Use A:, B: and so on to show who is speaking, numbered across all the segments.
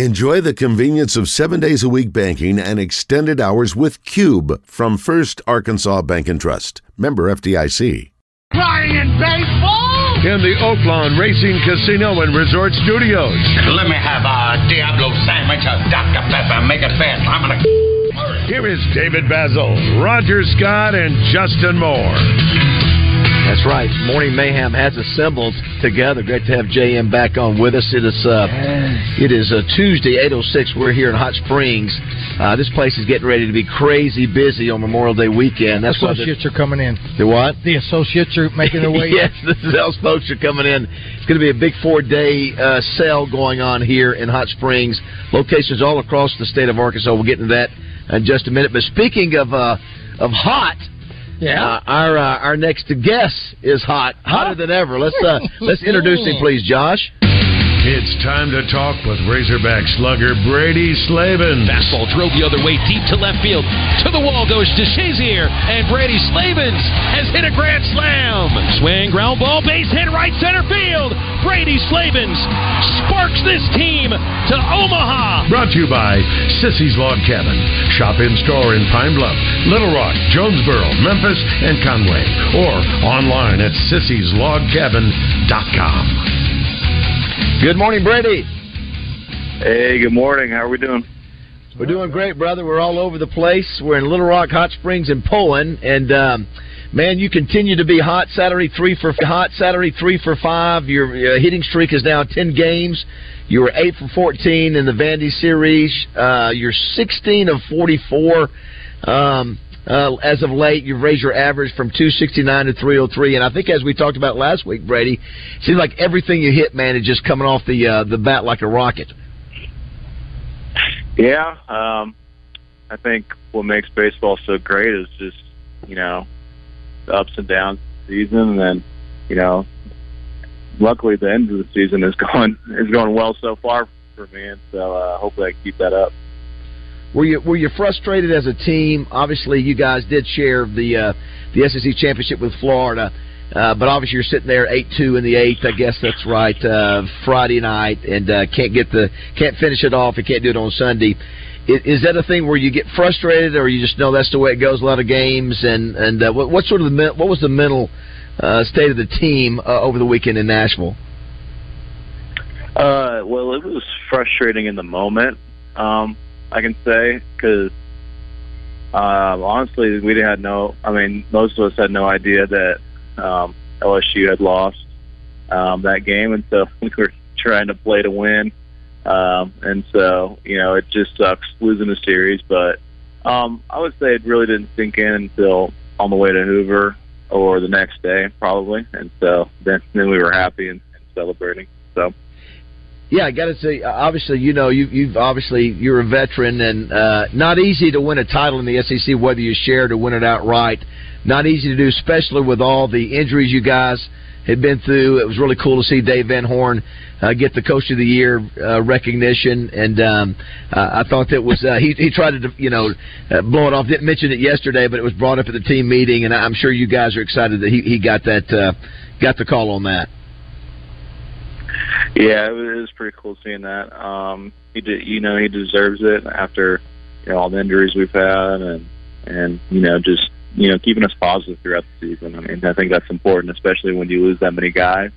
A: Enjoy the convenience of seven days a week banking and extended hours with Cube from First Arkansas Bank and Trust. Member FDIC.
B: Playing baseball?
C: In the Oaklawn Racing Casino and Resort Studios.
D: Let me have a Diablo sandwich, a Dr. Pepper, make it fast. I'm gonna.
C: Here is David Basil, Roger Scott, and Justin Moore.
E: That's right. Morning Mayhem has assembled together. Great to have JM back on with us. It is uh, it is uh, Tuesday, eight oh six. We're here in Hot Springs. Uh, this place is getting ready to be crazy busy on Memorial Day weekend. That's why the,
F: Associates are coming in.
E: the what?
F: The associates are making their way
E: yes, the sales folks are coming in. It's going to be a big four-day uh, sale going on here in Hot Springs. Locations all across the state of Arkansas. We'll get into that in just a minute. But speaking of uh, of hot,
F: Yeah.
E: uh, our uh, our next guest is hot, hotter than ever. Let's uh, let's introduce him, please, Josh.
C: It's time to talk with Razorback slugger Brady Slavin.
G: Fastball drove the other way deep to left field. To the wall goes DeShazier, and Brady Slavens has hit a grand slam. Swing, ground ball, base hit right center field. Brady Slavens sparks this team to Omaha.
C: Brought to you by Sissy's Log Cabin. Shop in store in Pine Bluff, Little Rock, Jonesboro, Memphis, and Conway. Or online at sissy'slogcabin.com.
E: Good morning, Brady.
H: Hey, good morning. How are we doing?
E: We're doing great, brother. We're all over the place. We're in Little Rock, Hot Springs, and Poland. And um, man, you continue to be hot. Saturday three for hot. Saturday three for five. Your uh, hitting streak is now ten games. You were eight for fourteen in the Vandy series. Uh, you're sixteen of forty-four. Um, uh, as of late, you've raised your average from 269 to 303, and I think as we talked about last week, Brady, it seems like everything you hit, man, is just coming off the uh, the bat like a rocket.
H: Yeah. Um, I think what makes baseball so great is just, you know, the ups and downs of the season and then, you know, luckily the end of the season is going is going well so far for me and so uh hopefully I can keep that up.
E: Were you were you frustrated as a team? Obviously, you guys did share the uh, the SEC championship with Florida, uh, but obviously you're sitting there eight two in the eighth. I guess that's right. Uh, Friday night and uh, can't get the can't finish it off. You can't do it on Sunday. Is, is that a thing where you get frustrated, or you just know that's the way it goes? A lot of games and and uh, what, what sort of the men- what was the mental uh, state of the team uh, over the weekend in Nashville?
H: Uh, well, it was frustrating in the moment, um, I can say, because um, honestly, we had no. I mean, most of us had no idea that um, LSU had lost um, that game, and so we were trying to play to win. Um, and so, you know, it just sucks losing a series, but um, I would say it really didn't sink in until on the way to Hoover or the next day, probably. And so then, then we were happy and, and celebrating. So.
E: Yeah, I got to say, uh, obviously, you know, you, you've obviously you're a veteran, and uh, not easy to win a title in the SEC, whether you share to win it outright. Not easy to do, especially with all the injuries you guys had been through. It was really cool to see Dave Van Horn uh, get the Coach of the Year uh, recognition, and um, uh, I thought that was uh, he, he tried to you know uh, blow it off. Didn't mention it yesterday, but it was brought up at the team meeting, and I'm sure you guys are excited that he, he got that uh, got the call on that.
H: Yeah, it was, it was pretty cool seeing that. Um, he did, you know, he deserves it after you know all the injuries we've had, and and you know just you know keeping us positive throughout the season. I mean, I think that's important, especially when you lose that many guys.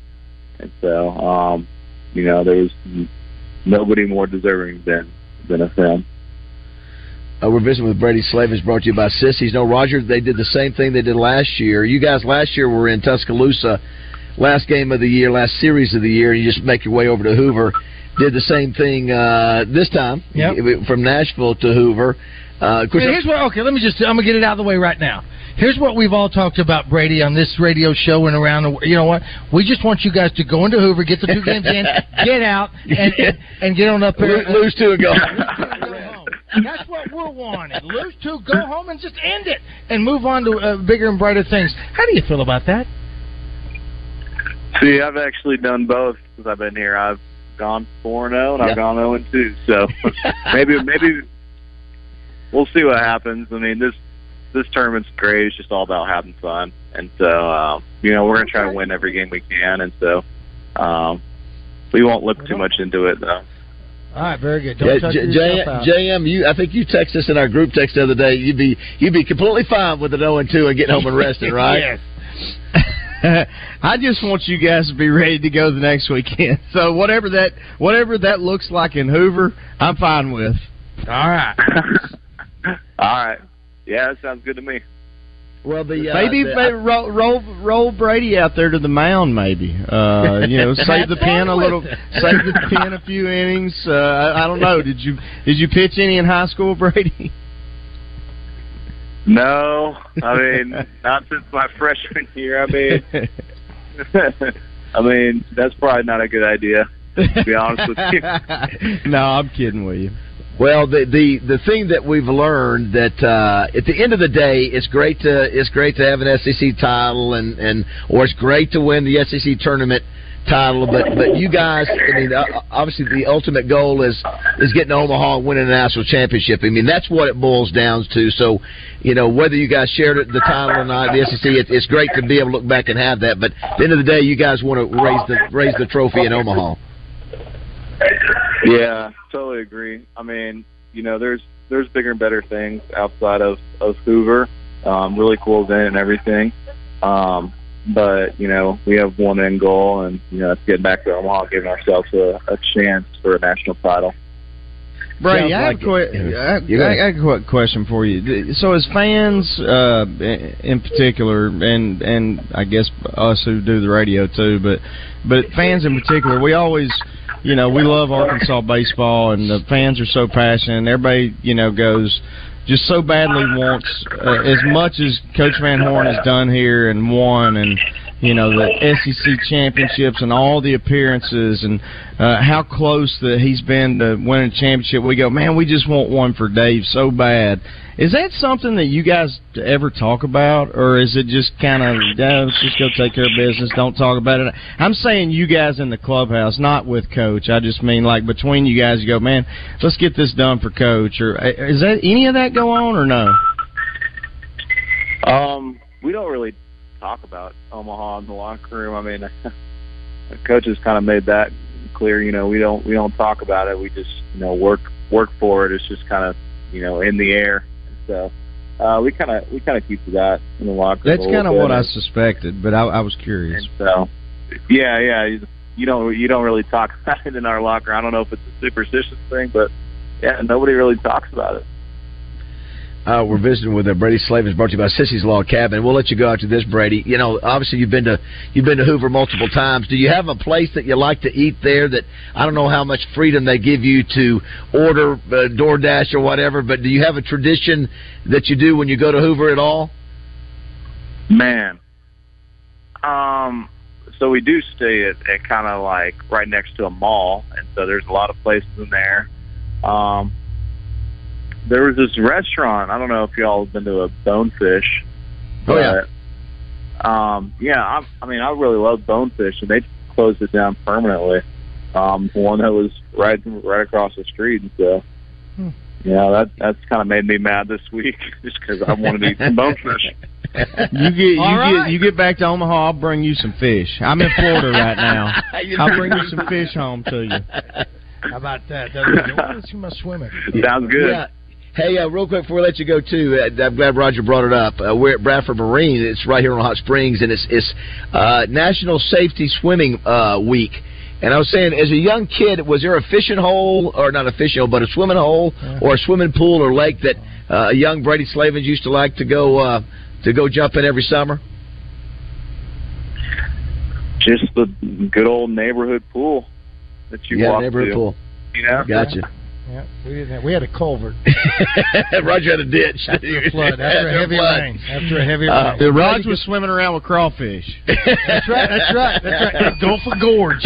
H: And so, um, you know, there was nobody more deserving than than of him.
E: Uh, we're visiting with Brady Slavens, brought to you by Sissies. No, Roger, they did the same thing they did last year. You guys last year were in Tuscaloosa, last game of the year, last series of the year. You just make your way over to Hoover. Did the same thing uh, this time
F: Yep.
E: from Nashville to Hoover. Uh, of course,
F: Yeah, here's what. Okay, let me just. I'm gonna get it out of the way right now. Here's what we've all talked about, Brady, on this radio show and around the. You know what? We just want you guys to go into Hoover, get the two games in, get out, and and, and get on up there.
E: lo- lose two and go.
F: and go home. That's what we're wanting. Lose two, go home, and just end it, and move on to uh, bigger and brighter things. How do you feel about that?
H: See, I've actually done both since I've been here. I've gone four and zero, and
E: Yeah.
H: I've gone zero and two. So maybe, maybe we'll see what happens. I mean, this this tournament's great. It's just all about having fun, and so um, you know we're gonna try to win every game we can, and so um, we won't look too much into it though.
F: All right, very good. Don't
E: Yeah,
F: touch
E: J-
F: yourself
E: J-
F: out.
E: JM, you, I think you texted us in our group text the other day. You'd be you'd be completely fine with an 0 and 2 and getting home and resting, right?
I: Yes. I just want you guys to be ready to go the next weekend. So whatever that whatever that looks like in Hoover, I'm fine with.
F: All right.
H: All right. Yeah, that sounds good to me.
E: Well, the
I: maybe maybe roll, roll roll Brady out there to the mound. Maybe uh, you know save the pen a little, save the pen a few innings. Uh, I, I don't know. Did you did you pitch any in high school, Brady?
H: No, I mean not since my freshman year. I mean, I mean that's probably not a good idea. To be honest with you.
I: no, I'm kidding with you.
E: Well, the, the the thing that we've learned that uh, at the end of the day, it's great to it's great to have an SEC title and and or it's great to win the SEC tournament title. But but you guys, I mean, uh, obviously the ultimate goal is is getting to Omaha and winning a national championship. I mean, that's what it boils down to. So, you know, whether you guys shared it, the title or not, the SEC, it, it's great to be able to look back and have that. But at the end of the day, you guys want to raise the raise the trophy in Omaha.
H: Yeah, totally agree. I mean, you know, there's there's bigger and better things outside of of Hoover. Um, really cool event and everything. Um, but you know, we have one end goal, and you know, let's get back to Omaha, giving ourselves a, a chance for a national title.
I: Brady,
H: Sounds
I: I have,
H: like
I: a que-
H: it.
I: I, have-
H: You go ahead.
I: I, I have a quick question for you. So, as fans, uh, in particular, and and I guess us who do the radio too, but but fans in particular, we always, you know, we love Arkansas baseball, and the fans are so passionate. And everybody, you know, goes just so badly wants uh, as much as Coach Van Horn has done here and won, and you know the SEC championships and all the appearances, and uh, how close that he's been to winning a championship. We go, man, we just want one for Dave so bad. Is that something that you guys ever talk about, or is it just kind of yeah, let's just go take care of business, don't talk about it? I'm saying you guys in the clubhouse, not with Coach. I just mean like between you guys, you go, man, let's get this done for Coach. Or uh, is that any of that go on or no?
H: Um, we don't really talk about Omaha in the locker room. I mean, the coaches kind of made that clear. You know, we don't we don't talk about it. We just you know work work for it. It's just kind of you know in the air. So uh, we kind of we kind of keep to that in the locker room.
I: That's
H: a little
I: kind of
H: bit.
I: what I suspected, but I, I was curious.
H: So, yeah, yeah. You, you don't you don't really talk about it in our locker. I don't know if it's a superstitious thing, but yeah, nobody really talks about it.
E: Uh, we're visiting with uh, Brady Slavin, brought to you by Sissy's Law Cabin. We'll let you go after this, Brady. You know, obviously you've been to you've been to Hoover multiple times. Do you have a place that you like to eat there? That I don't know how much freedom they give you to order uh, DoorDash or whatever, but do you have a tradition that you do when you go to Hoover at all?
H: Man. Um, so we do stay at, at kind of like right next to a mall, and so there's a lot of places in there. Um, there was this restaurant. I don't know if y'all have been to a Bonefish.
E: Oh, yeah.
H: But, um, yeah. I, I mean, I really love Bonefish, and they closed it down permanently. Um, the one that was right right across the street, and so.
I: Hmm.
H: Yeah, that that's kind of made me mad this week, just because I wanted to eat some bonefish.
I: You get you
H: All
I: get you get back to Omaha. I'll bring you some fish. I'm in Florida right now. I'll bring you some fish home to you.
F: How about that? That was too much swimming.
H: Sounds
E: Yeah. Hey, uh, real quick before we let you go, too, uh, I'm glad Roger brought it up. Uh, we're at Bradford Marine. It's right here on Hot Springs, and it's it's uh, National Safety Swimming uh, Week. And I was saying, as a young kid, was there a fishing hole, or not a fishing hole, but a swimming hole or a swimming pool or lake that uh, young Brady Slavens used to like to go uh, to go jump in every summer?
H: just the good old neighborhood pool that you
E: yeah,
H: walk
E: neighborhood
H: to.
E: pool.
H: You know,
E: Gotcha.
F: Yeah, we didn't. Have, we had a culvert.
E: Roger had a ditch.
F: After a flood. After a heavy rain. After a heavy
I: Uh,
F: rain.
I: Raj was swimming around with crawfish.
F: That's right. That's right. That's right. The Gulf of Gorge.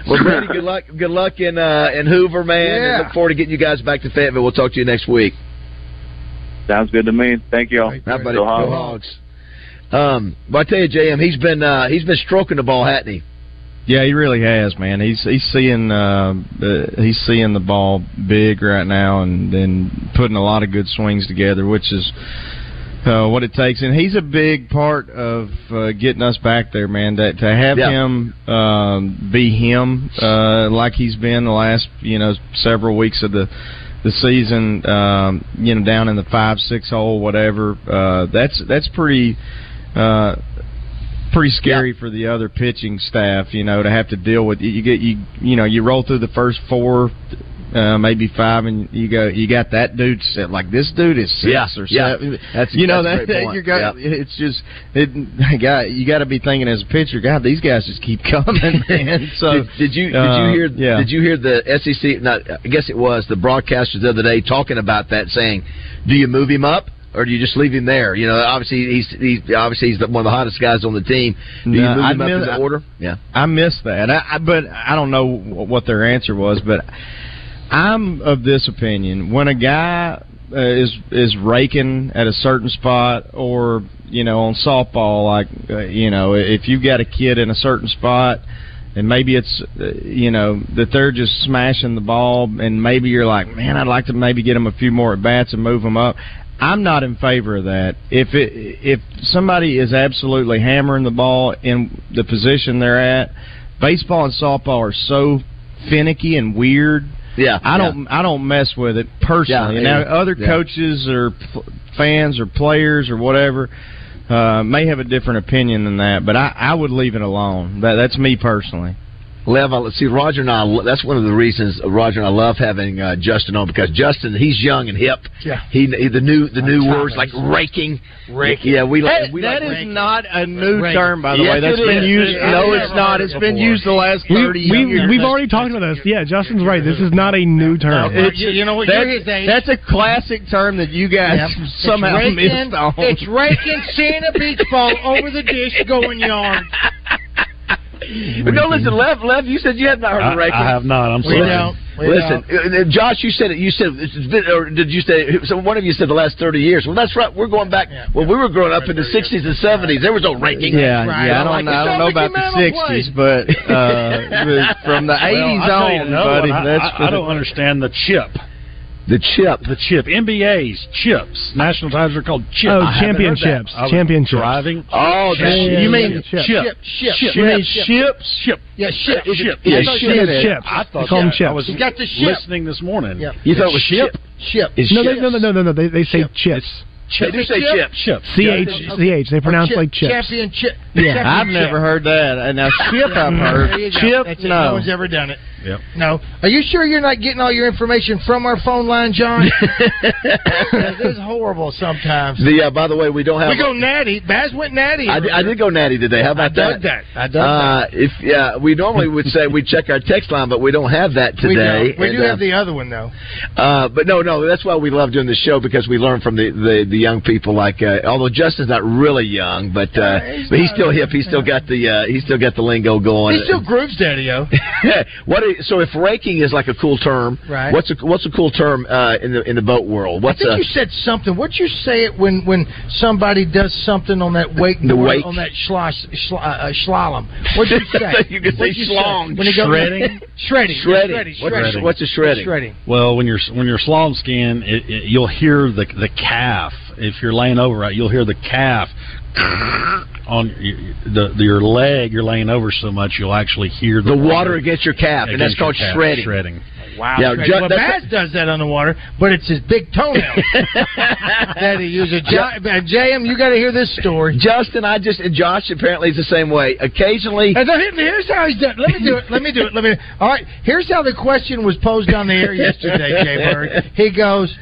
E: well, Brady, good luck. Good luck in uh, in Hoover, man. and
F: Yeah.
E: look forward to getting you guys back to Fayetteville. We'll talk to you next week.
H: Sounds good to me. Thank y'all.
E: Hi, buddy. Go Hogs. Um, but I tell you, JM, he's been uh, he's been stroking the ball, hasn't he?
I: Yeah, he really has, man. He's he's seeing uh, uh, he's seeing the ball big right now, and then putting a lot of good swings together, which is uh, what it takes, and he's a big part of uh, getting us back there, man. That to have
E: Yeah.
I: him um, be him, uh, like he's been the last you know several weeks of the the season, um, you know, down in the five six hole, whatever. Uh, that's that's pretty. Uh, pretty scary for the other pitching staff, you know, to have to deal with. You get you you know you roll through the first four, uh, maybe five, and you go you got that dude set like this dude is six
E: Yeah,
I: or
E: yeah.
I: seven.
E: That's-
I: you know
E: that's
I: that,
E: a great
I: that
E: point.
I: you got. It's just it, God, you got to be thinking as a pitcher. God, these guys just keep coming, man. So
E: did, did you did
I: uh,
E: you hear
I: Yeah.
E: did you hear the SEC? Not, I guess it was the broadcasters the other day talking about that, saying, "Do you move him up or do you just leave him there?" You know, obviously he's he's obviously he's the- one of the hottest guys on the team. Do you
I: No,
E: move
I: I
E: him up in
I: admit-
E: the
I: I-
E: order? Yeah.
I: I missed that. I, I, but I don't know wh- what their answer was. But I'm of this opinion: when a guy uh, is is raking at a certain spot, or you know, on softball, like uh, you know, if you've got a kid in a certain spot. And maybe it's uh, you know that they're just smashing the ball, and maybe you're like, man, I'd like to maybe get them a few more at bats and move them up. I'm not in favor of that. If it, if somebody is absolutely hammering the ball in the position they're at, baseball and softball are so finicky and weird.
E: Yeah,
I: I don't I don't mess with it personally.
E: Yeah,
I: now
E: yeah,
I: other
E: yeah.
I: coaches or p- fans or players or whatever uh, may have a different opinion than that, but I, I would leave it alone. That, that's me personally.
E: Lev, I- see Roger and I. Uh, That's one of the reasons uh, Roger and I love having uh, Justin on because Justin he's young and hip.
F: Yeah.
E: He, he the new the new words
F: Thomas.
E: like raking.
F: Raking.
E: Yeah, we like
I: That-
E: we
I: that
E: like
I: is
E: raking.
I: not a new
F: Right.
I: term, by the
E: Yes,
I: way. That's
E: it
I: been
E: is.
I: used.
E: It
I: no,
E: is.
I: it's not. It's been used the last
J: We,
I: thirty years.
J: have already talked about this. Yeah, Justin's right. This is not a new term.
I: It's-
F: You- you know what, you're his age.
I: That's a classic term that you guys
F: Yep.
I: somehow
F: it's raking,
I: missed on.
F: It's raking Santa Beach ball over the dish going yard.
E: But no, listen, Lev, Lev, you said you had not heard of raking.
J: I have not. I'm
F: We
J: sorry.
F: don't. We
E: Listen,
F: don't.
E: uh, uh, Josh, you said it. You said, it's been- or did you say? So one of you said the last thirty years. Well, that's right. We're going back
F: Yeah.
E: when we were growing up in the '60s and '70s. There was no ranking.
I: Yeah,
F: Right.
I: yeah.
F: I
I: I don't,
F: like
I: know,
F: it.
I: I don't
F: Sounds
I: know
F: like
I: about
F: you
I: the
F: man on
I: '60s, but uh, from the '80s
J: Well, I'll tell you
I: on,
J: another
I: buddy.
J: one. I,
I: that's
J: I, I don't understand the chip.
E: The chip.
J: The chip. NBA's chips. National times are called chips. Oh, I haven't heard that. championships. I was Championships. Driving.
E: Oh,
J: Chip.
E: that,
J: Yeah,
F: you
J: yeah,
F: mean
J: yeah. Chip.
F: ship? Ship. Ship.
J: Chip.
F: You mean
J: Chip.
F: ships?
J: Chip.
F: Yeah, ship.
J: Chip.
E: Yeah,
J: I thought
E: ship.
J: you said Chips. I thought They call 'em that- I chips. was
F: You got the ship.
J: listening this morning.
F: Yeah.
E: you thought it was ship?
F: Ship.
E: Is
J: No,
E: ship.
J: they, no, no, no, no, no. They, they say chips.
E: They do say chip.
J: Chips.
E: Yeah.
J: C-H, C-H. They pronounce
F: Chip.
J: like chips.
F: Championship.
J: Yeah.
I: I've
F: Championship.
I: never heard that. And now ship, I've
F: There
I: heard.
F: you go.
I: Chip,
F: That's it. No
I: no.
F: one's ever done it.
J: Yep.
F: No. Are you sure you're not getting all your information from our phone line, John? this is horrible sometimes.
E: The uh, by the way, we don't have.
F: We go natty. Baz went natty.
E: I, di- I did go natty today. How about
F: I dug that. I dug that.
E: Uh, if yeah, we normally would say we check our text line, but we don't have that today.
F: We don't. We,
E: And,
F: do
E: uh,
F: have the other one though.
E: Uh, but no, no, that's why we love doing this show because we learn from the, the, the young people. Like, uh, although Justin's not really young, but uh,
F: Yeah, he's
E: but he's
F: not-
E: still hip. He's still got the uh, he's still got the lingo going.
F: He still grooves, Daddy-O.
E: what? Is, so if raking is like a cool term,
F: Right.
E: What's a what's a cool term uh, in the in the boat world?
F: I
E: What's
F: think
E: a
F: you said something. What'd you say it when when somebody does something on that wake
E: The wake.
F: on that schloss schla, uh, slalom? What'd you say?
E: You could say
F: What'd you
E: schlong.
F: When it goes-
J: Shredding?
F: shredding,
E: shredding?
F: shredding,
E: What's,
F: shredding.
E: A, what's a shredding?
F: Shredding.
J: Well, when you're when you're slalom skiing, it, it, you'll hear the the calf. If you're laying over right, you'll hear the calf on your, the, the your leg. You're laying over so much, you'll actually hear the,
E: The water against your calf, and that's
J: against your
E: called
J: calf,
E: shredding.
J: Shredding.
F: Wow.
E: Yeah,
F: shredding.
E: Ju-
F: well,
E: that's-
F: Baz does that underwater, but it's his big toenail that he uses. Ju- uh, JM, you got to hear this story.
E: Justin, I just and Josh apparently is the same way. Occasionally,
F: And then here- here's how he's done. Let me do it. Let me do it. Let me. All right. Here's how the question was posed on the air yesterday, Jay Bird. He goes,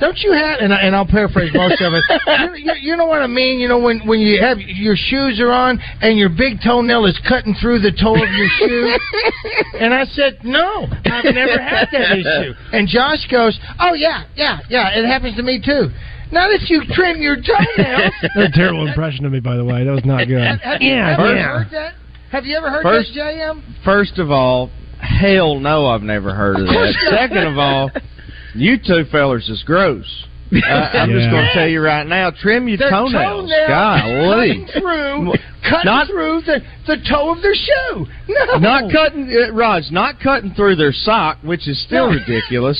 F: "Don't you have?" And, I, and I'll paraphrase most of it. You, you, you know what I mean? You know when when you have your shoes are on and your big toenail is cutting through the toe of your shoe. and I said, "No, I've never had that issue." And Josh goes, "Oh yeah, yeah, yeah. It happens to me too. Now that you trim your toenails."
J: That's a terrible impression of me, by the way. That was not good.
F: Have, have you
J: Yeah,
F: ever
J: yeah.
F: heard that? Have you ever heard
I: First-
F: that, JM?
I: First of all, hell no, I've never heard of that. Second of all, you two fellers is gross. I, I'm just
J: Yeah.
I: going to tell you right now, trim your
F: Their
I: toenails.
F: toenails
I: Golly.
F: cutting through, cutting
I: Not-
F: through the the toe of their shoe. No,
I: Not cutting, uh, Raj, not cutting through their sock, which is still ridiculous.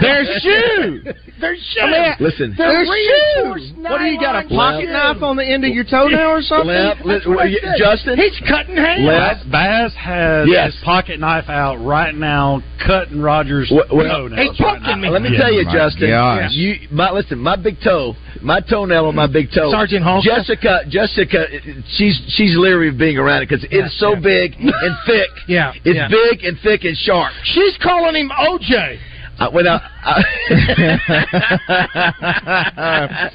I: their shoe.
F: Their shoe.
I: I mean,
E: Listen.
I: their
F: They're
I: shoe.
F: reinforced
I: What do you got a
F: nylon
I: pocket
F: shoe.
I: knife on the end of your toenail or something?
E: Lep,
F: That's
E: li-
F: what I
E: you-
F: said.
E: Justin,
F: He's cutting hands.
E: Lep,
J: Baz has
E: Yes.
J: his pocket knife out right now, cutting Rogers'
E: Wh- well,
J: toenails
F: he's
J: right
F: poking
J: now.
F: me.
E: let me
J: Yeah,
E: tell you,
J: my
E: Justin.
I: gosh.
E: You, my listen, my big toe, my toenail on my big toe.
F: Sergeant Honka.
E: Jessica, Jessica, she's she's leery of being around it because it's so big and thick.
F: Yeah,
E: it's
F: yeah.
E: big and thick and sharp. Uh,
F: She's calling him OJ.
E: I, when I, I,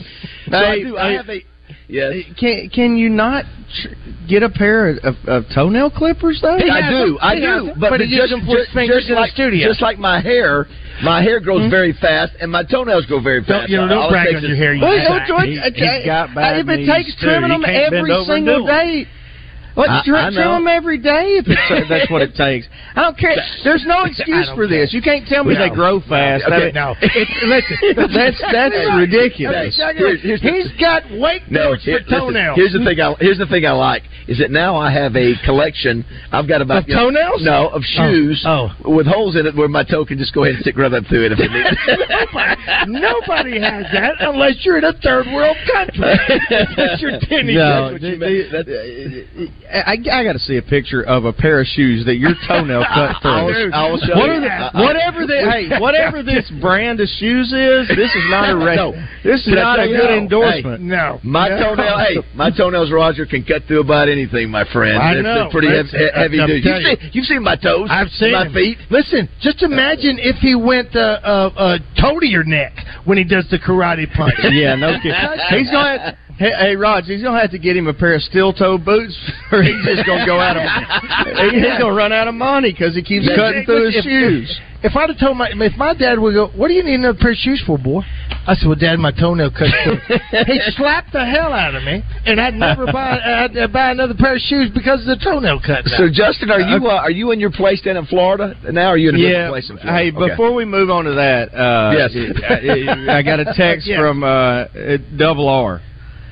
E: so I,
I: Hey,
E: do, I
I: hey.
E: have a yes.
I: Can can you not tr- get a pair of, of, of toenail clippers though?
F: He
E: I
F: has
E: do,
F: them.
E: I
F: He has
E: do.
F: them.
E: But,
F: But he
E: just,
F: uses them for his
E: just,
F: fingers
E: just
F: in the
E: like,
F: studio. Hmm?
E: Just like my hair, my hair grows very fast, and my toenails grow very fast.
F: Don't, you know,
E: All
F: don't
E: it
F: brag
E: takes
F: on
E: is-
F: your hair. You
I: Well,
F: sack.
I: oh, George,
J: He's-
I: I-
J: he's
I: I-
J: got bad
I: I- if it
J: knees,
I: takes
J: too.
I: trimming
J: He
I: them
J: can't bend
I: every
J: over and
I: single
J: do 'em.
I: day. Well,
E: I-
I: trim,
E: I
I: trim
E: know.
I: them every day if it's, that's what it takes. I don't care. There's no excuse
F: don't
I: for this. You can't tell me
F: No.
I: they grow fast. I
F: Okay,
I: mean,
F: no. It's, listen,
I: That's that's ridiculous.
E: Yes. Here's- here's the-
F: he's got weight
E: No,
F: boards
E: here-
F: for
E: Listen,
F: toenails.
E: here's the thing. I here's the thing I like is that now I have a collection. I've got about
F: Of toenails?
E: No, of shoes
F: Oh.
E: with holes in it where my toe can just go ahead and stick right up through it if it needs.
F: Nobody has that unless you're in a third world country. That's your tennis.
I: No,
E: what
I: the-
E: you meant.
I: the- I, I got to see a picture of a pair of shoes that your toenail cut through.
E: I'll, I'll show
I: What
E: you.
I: are the-
E: I- I-
I: whatever the, hey, whatever this brand of shoes is, this is not a ra-
E: No.
I: this is
E: But I
I: not a
E: tell you
I: good
E: no.
I: endorsement.
F: No.
E: My toenail, hey, my toenails, Roger, can cut through about anything, my friend.
F: I
E: they're,
F: know.
E: they're pretty heavy,
F: That's- that's-
E: heavy
F: I'm
E: duty. You've
F: telling you.
E: seen, you've seen my toes,
F: I've seen
E: my
F: him.
E: feet.
F: Listen, just imagine if he went uh, uh, uh, toe to your neck when he does the karate punch.
I: Yeah, no kidding. He's gonna. Have, hey, hey, Rog, he's gonna have to get him a pair of steel toe boots, or he's just gonna go out of. He's gonna run out of money because he keeps
F: Yeah,
I: cutting
F: yeah,
I: through his
F: if-
I: shoes.
F: If I'd have told my if my dad would go, what do you need another pair of shoes for, boy? I said, well, Dad, my toenail cut. through." he slapped the hell out of me, and I'd never buy I'd uh, buy another pair of shoes because of the toenail cut.
E: So, Justin, are you uh, are you in your place then in Florida? Now are you in a different place in Florida?
I: Hey,
E: Okay.
I: before we move on to that, uh,
E: Yes.
I: I, I- I got a text
F: Yes.
I: from uh, Double R.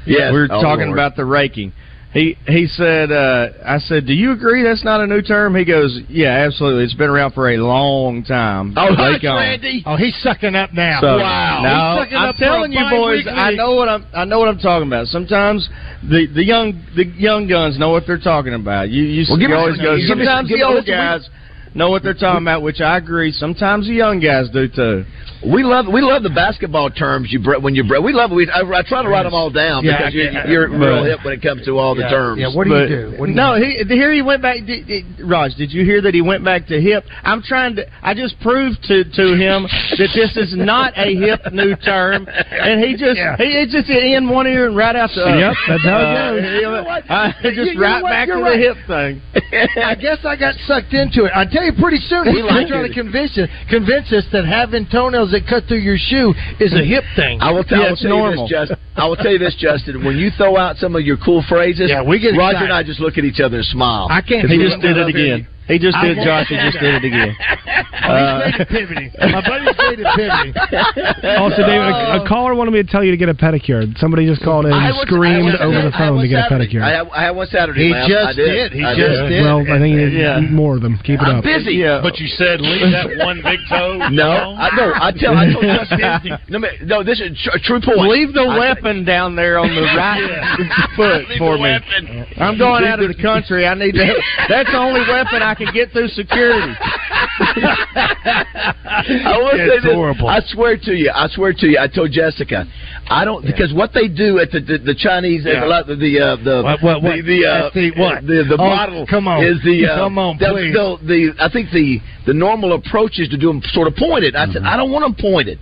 E: Yes.
I: we were
E: Oh,
I: talking
E: Lord.
I: about the raking. He he said, uh, I said, do you agree that's not a new term? He goes, yeah, absolutely. It's been around for a long time.
E: Oh,
I: Rake
E: gosh,
I: on.
E: Randy.
F: Oh, he's sucking up now.
I: So,
F: He's
I: No,
F: sucking
I: I'm
F: up for a
I: telling you, boys.
F: bi-weekly.
I: I know what I'm. I know what I'm talking about. Sometimes the the young the young guns know what they're talking about. You you,
E: Well, give
I: you
E: us-
I: always go.
E: give us-
I: Sometimes
E: give
I: the
E: us-
I: old
E: we-
I: guys know what they're talking about, which I agree. Sometimes the young guys do too.
E: We love we love the basketball terms you bre- when you bre- we love we I, I try to write them all down
F: Yeah,
E: because
F: I get-
E: you're, you're real
I: Right.
E: hip when it comes to all the terms.
F: Yeah, what do
I: But-
F: you do? What do you
I: no,
F: do?
I: he, here he went back. Did, did- Raj, did you hear that he went back to hip? I'm trying to. I just proved to to him that this is not a hip new term, and he just
F: Yeah.
I: he it's just in one ear and right out the other.
J: Yep, that's how it
I: Uh,
J: goes.
I: he went- I-
F: You-
I: just
F: you know
I: right
F: what?
I: back
F: You're
I: to
F: right.
I: the hip thing.
F: I guess I got sucked into it. I tell you, pretty soon he's
E: like
F: trying
E: it.
F: to convince you, convince us that having toenails that cut through your shoe is a hip thing.
E: I will, t-
I: Yeah,
E: I will
I: it's
E: tell
I: normal.
E: you this, Justin. I will tell you this, Justin. When you throw out some of your cool phrases,
F: Yeah, we get
E: Roger
F: excited.
E: and I just look at each other and smile.
F: I can't.
I: He
F: do
I: just did it again. He just did it, Josh. He just did it again. Uh,
F: Oh, he's great at pivoting. My buddy's great at pivoting.
K: Also, David, a, a caller wanted me to tell you to get a pedicure. Somebody just called in
E: I
K: and
E: was- I
K: screamed
E: was-
K: over the
E: I had
K: phone
E: one
K: to get a
E: Saturday.
K: pedicure.
E: I had, I had one Saturday.
F: He
E: ma'am.
F: just
E: I did.
F: did. He
E: I
F: just did.
K: well, I think you need
I: Yeah.
K: more of them. Keep it
E: I'm
K: up.
E: busy.
I: Yeah.
J: But you said leave that one big toe. alone.
E: No, I no. I tell. I told Justin. No, ma- no. This is tr- a true point.
I: Leave the
E: I-
I: weapon down there on the right foot for me. I'm going out of the country. I need that. That's the only weapon I can get through security.
E: I will
J: It's
E: say this.
J: horrible.
E: I swear to you. I swear to you. I told Jessica. I don't because what they do at the the, the Chinese at a lot of the uh, the
F: What- what- what?
E: the the, uh,
F: At the what?
E: the, the
F: Oh,
E: model
F: come on.
E: is the uh,
F: Come on,
E: they'll-
F: please.
E: they'll- the I think the the normal approach is to do them sort of pointed. I said
F: Mm-hmm.
E: I don't want them pointed.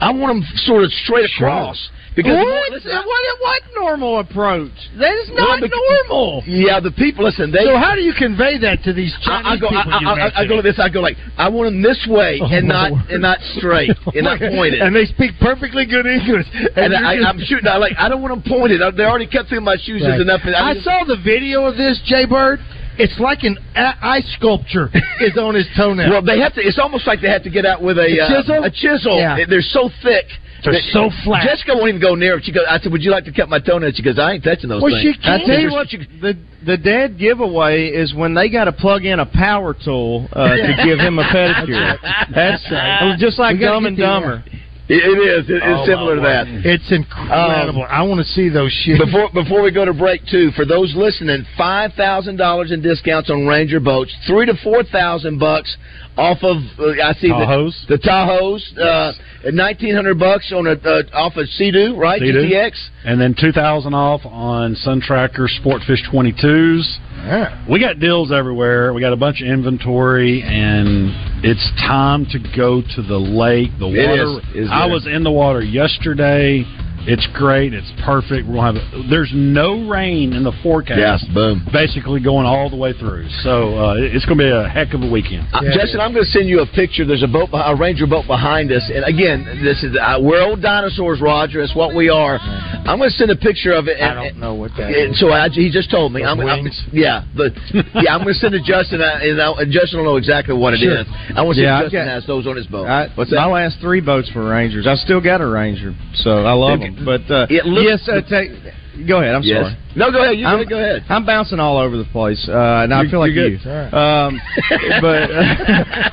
E: I want them sort of straight across because
I: What?
E: listen, I-
I: What? What normal approach? That is
E: Well,
I: not
E: bec-
I: normal.
E: yeah the people listen they.
F: So how do you convey that to these Chinese
E: I, I go. I,
F: people? you
E: I, I, I
F: mentioned?
E: go like this. I go like I want them this way and
F: my
E: not
F: word.
E: and not straight and not pointed.
F: and they speak perfectly good English.
E: And
F: you're
E: I,
F: just-
E: I'm shooting. I like. I don't want them pointed. I, they already cut through my shoes. There's
F: Right.
E: enough.
F: I saw the video of this, Jay Bird, It's like an a- ice sculpture is on his toenail.
E: Well, they have to. It's almost like they have to get out with a,
F: A chisel?
E: Uh, a chisel.
F: Yeah.
E: They- They're so thick.
F: They're
E: that-
F: so flat.
E: Jessica won't even go near it. She goes. I said, "Would you like to cut my toenails?" She goes, "I ain't touching those
I: Well,
E: things."
I: she can't. I tell you what, the the dead giveaway is when they got to plug in a power tool uh, to give him a pedicure. That's
F: right.
I: just like
F: We gotta
I: Dumb
F: get
I: and
F: the, uh,
I: Dumber.
E: It is. It-
I: Oh,
E: it's similar to that. Um,
F: It's incredible. I want to see those shit.
E: Before before we go to break too, for those listening, five thousand dollars in discounts on Ranger boats, three to four thousand bucks off of uh, I see
J: Tahoes?
E: the the Tahoes, uh, nineteen hundred bucks on a uh, off of Sea-Doo, right?
J: Sea-Doo.
E: GTX.
J: And then two thousand off on Sun Tracker Sportfish twenty twos. We got deals everywhere. We got a bunch of inventory, and it's time to go to the lake. The
G: It
J: water.
G: is- is
J: I
G: there.
J: was in the water yesterday. It's great. It's perfect. We'll have. There's no rain in the forecast.
E: Yeah, boom.
J: Basically going all the way through. So uh, it's going to be a heck of a weekend.
E: Uh, Justin, I'm going to send you a picture. There's a boat, a Ranger boat behind us, and again, this is uh, we're old dinosaurs, Roger. It's what we are. I'm going to send a picture of it. And, I don't know what that is. So I, he just told me. I'm, I'm, yeah, the, yeah. I'm going to send it to Justin, uh, and, I, and Justin will know exactly what it is.
I: Sure.
E: I want to see
I: Yeah,
E: if
I: I've
E: Justin
I: got-
E: has those on his boat.
I: I,
E: What's
I: my
E: that?
I: last three boats were Rangers. I still got a Ranger, so I love them. But uh,
E: It looks-
I: yes, uh, take, go ahead. I'm
E: Yes.
I: sorry.
E: No, go ahead. You
I: I'm-
E: really go ahead.
I: I'm bouncing all over the place, uh, and I
E: You're-
I: feel like
E: you're
I: you.
E: good.
F: Uh,
E: It's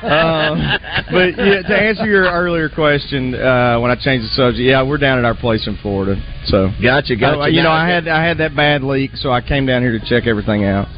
I: Um, but um, but yeah, to answer your earlier question, uh, when I changed the subject, yeah, we're down at our place in Florida. So
E: Gotcha, gotcha.
I: Uh, you know, I
E: gotcha.
I: had I had that bad leak, so I came down here to check everything out.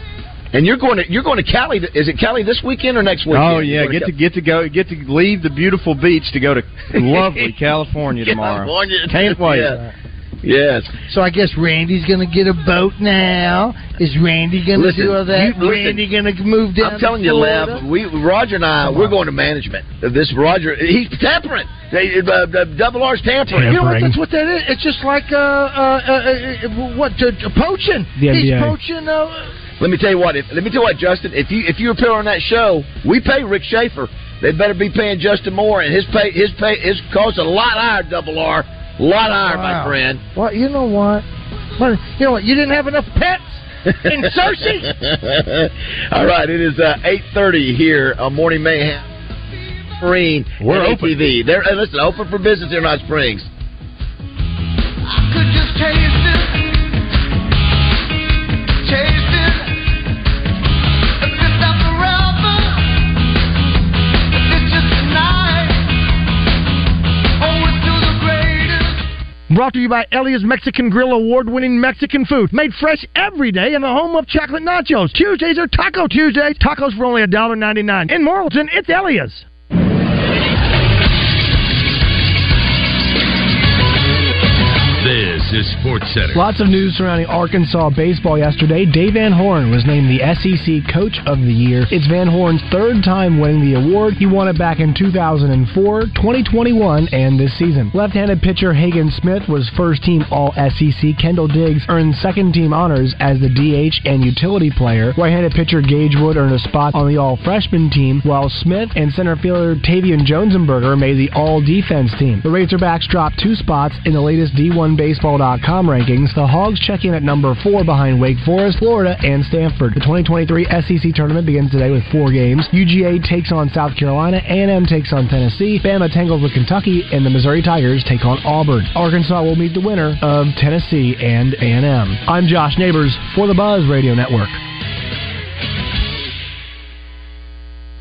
E: And you're going to you're going to Cali. th- Is it Cali this weekend or next weekend?
I: Oh yeah, get to get to go get to leave the beautiful beach to go to lovely California tomorrow.
E: California.
I: Can't wait.
E: Yeah. Yes.
F: So I guess Randy's going to get a boat now. Is Randy going to
E: Listen,
F: do all that?
E: you- listen.
F: Randy going to move down?
E: I'm telling
F: to
E: you,
F: Florida?
E: Lev. We Roger and I, we're going to management. This Roger, he's tampering. They, uh, uh, double R's tampering.
F: You know what? That's what that is. It's just like uh, uh, uh, uh, what uh, poaching.
E: The
F: He's
E: NBA.
F: poaching. Uh,
E: Let me tell you what. If, let me tell you what, Justin. If you if you appear on that show, we pay Rick Schaefer. They better be paying Justin Moore, and his pay his pay his cost a lot higher. Double R, lot higher, my
F: Wow.
E: friend.
F: well, you know what? Well, you know what? You didn't have enough pets in Cersei.
E: All right, it is uh, eight thirty here on Morning Mayhem. Marine
F: We're
E: and
F: open.
E: ATV. They're uh, listen open for business here in Hot Springs.
L: Brought to you by Elia's Mexican Grill award winning Mexican food. Made fresh every day in the home of chocolate nachos. Tuesdays are Taco Tuesdays. Tacos for only $1.99. In Morrilton, it's Elia's.
M: This is Sports Center.
K: Lots of news surrounding Arkansas baseball yesterday. Dave Van Horn was named the SEC Coach of the Year. It's Van Horn's third time winning the award. He won it back in 2004, 2021, and this season. Left-handed pitcher Hagan Smith was first team All SEC. Kendall Diggs earned second team honors as the DH and utility player. Right-handed pitcher Gage Wood earned a spot on the All Freshman team, while Smith and center fielder Tavian Jonesenberger made the All Defense team. The Razorbacks dropped two spots in the latest D1Baseball.com rankings. The Hogs check in at number four behind Wake Forest, Florida, and Stanford. The 2023 SEC E tournament begins today with four games. UGA takes on South Carolina, A&M takes on Tennessee, Bama tangles with Kentucky, and the Missouri Tigers take on Auburn. Arkansas will meet the winner of Tennessee and A&M. I'm Josh Neighbors for the Buzz Radio Network.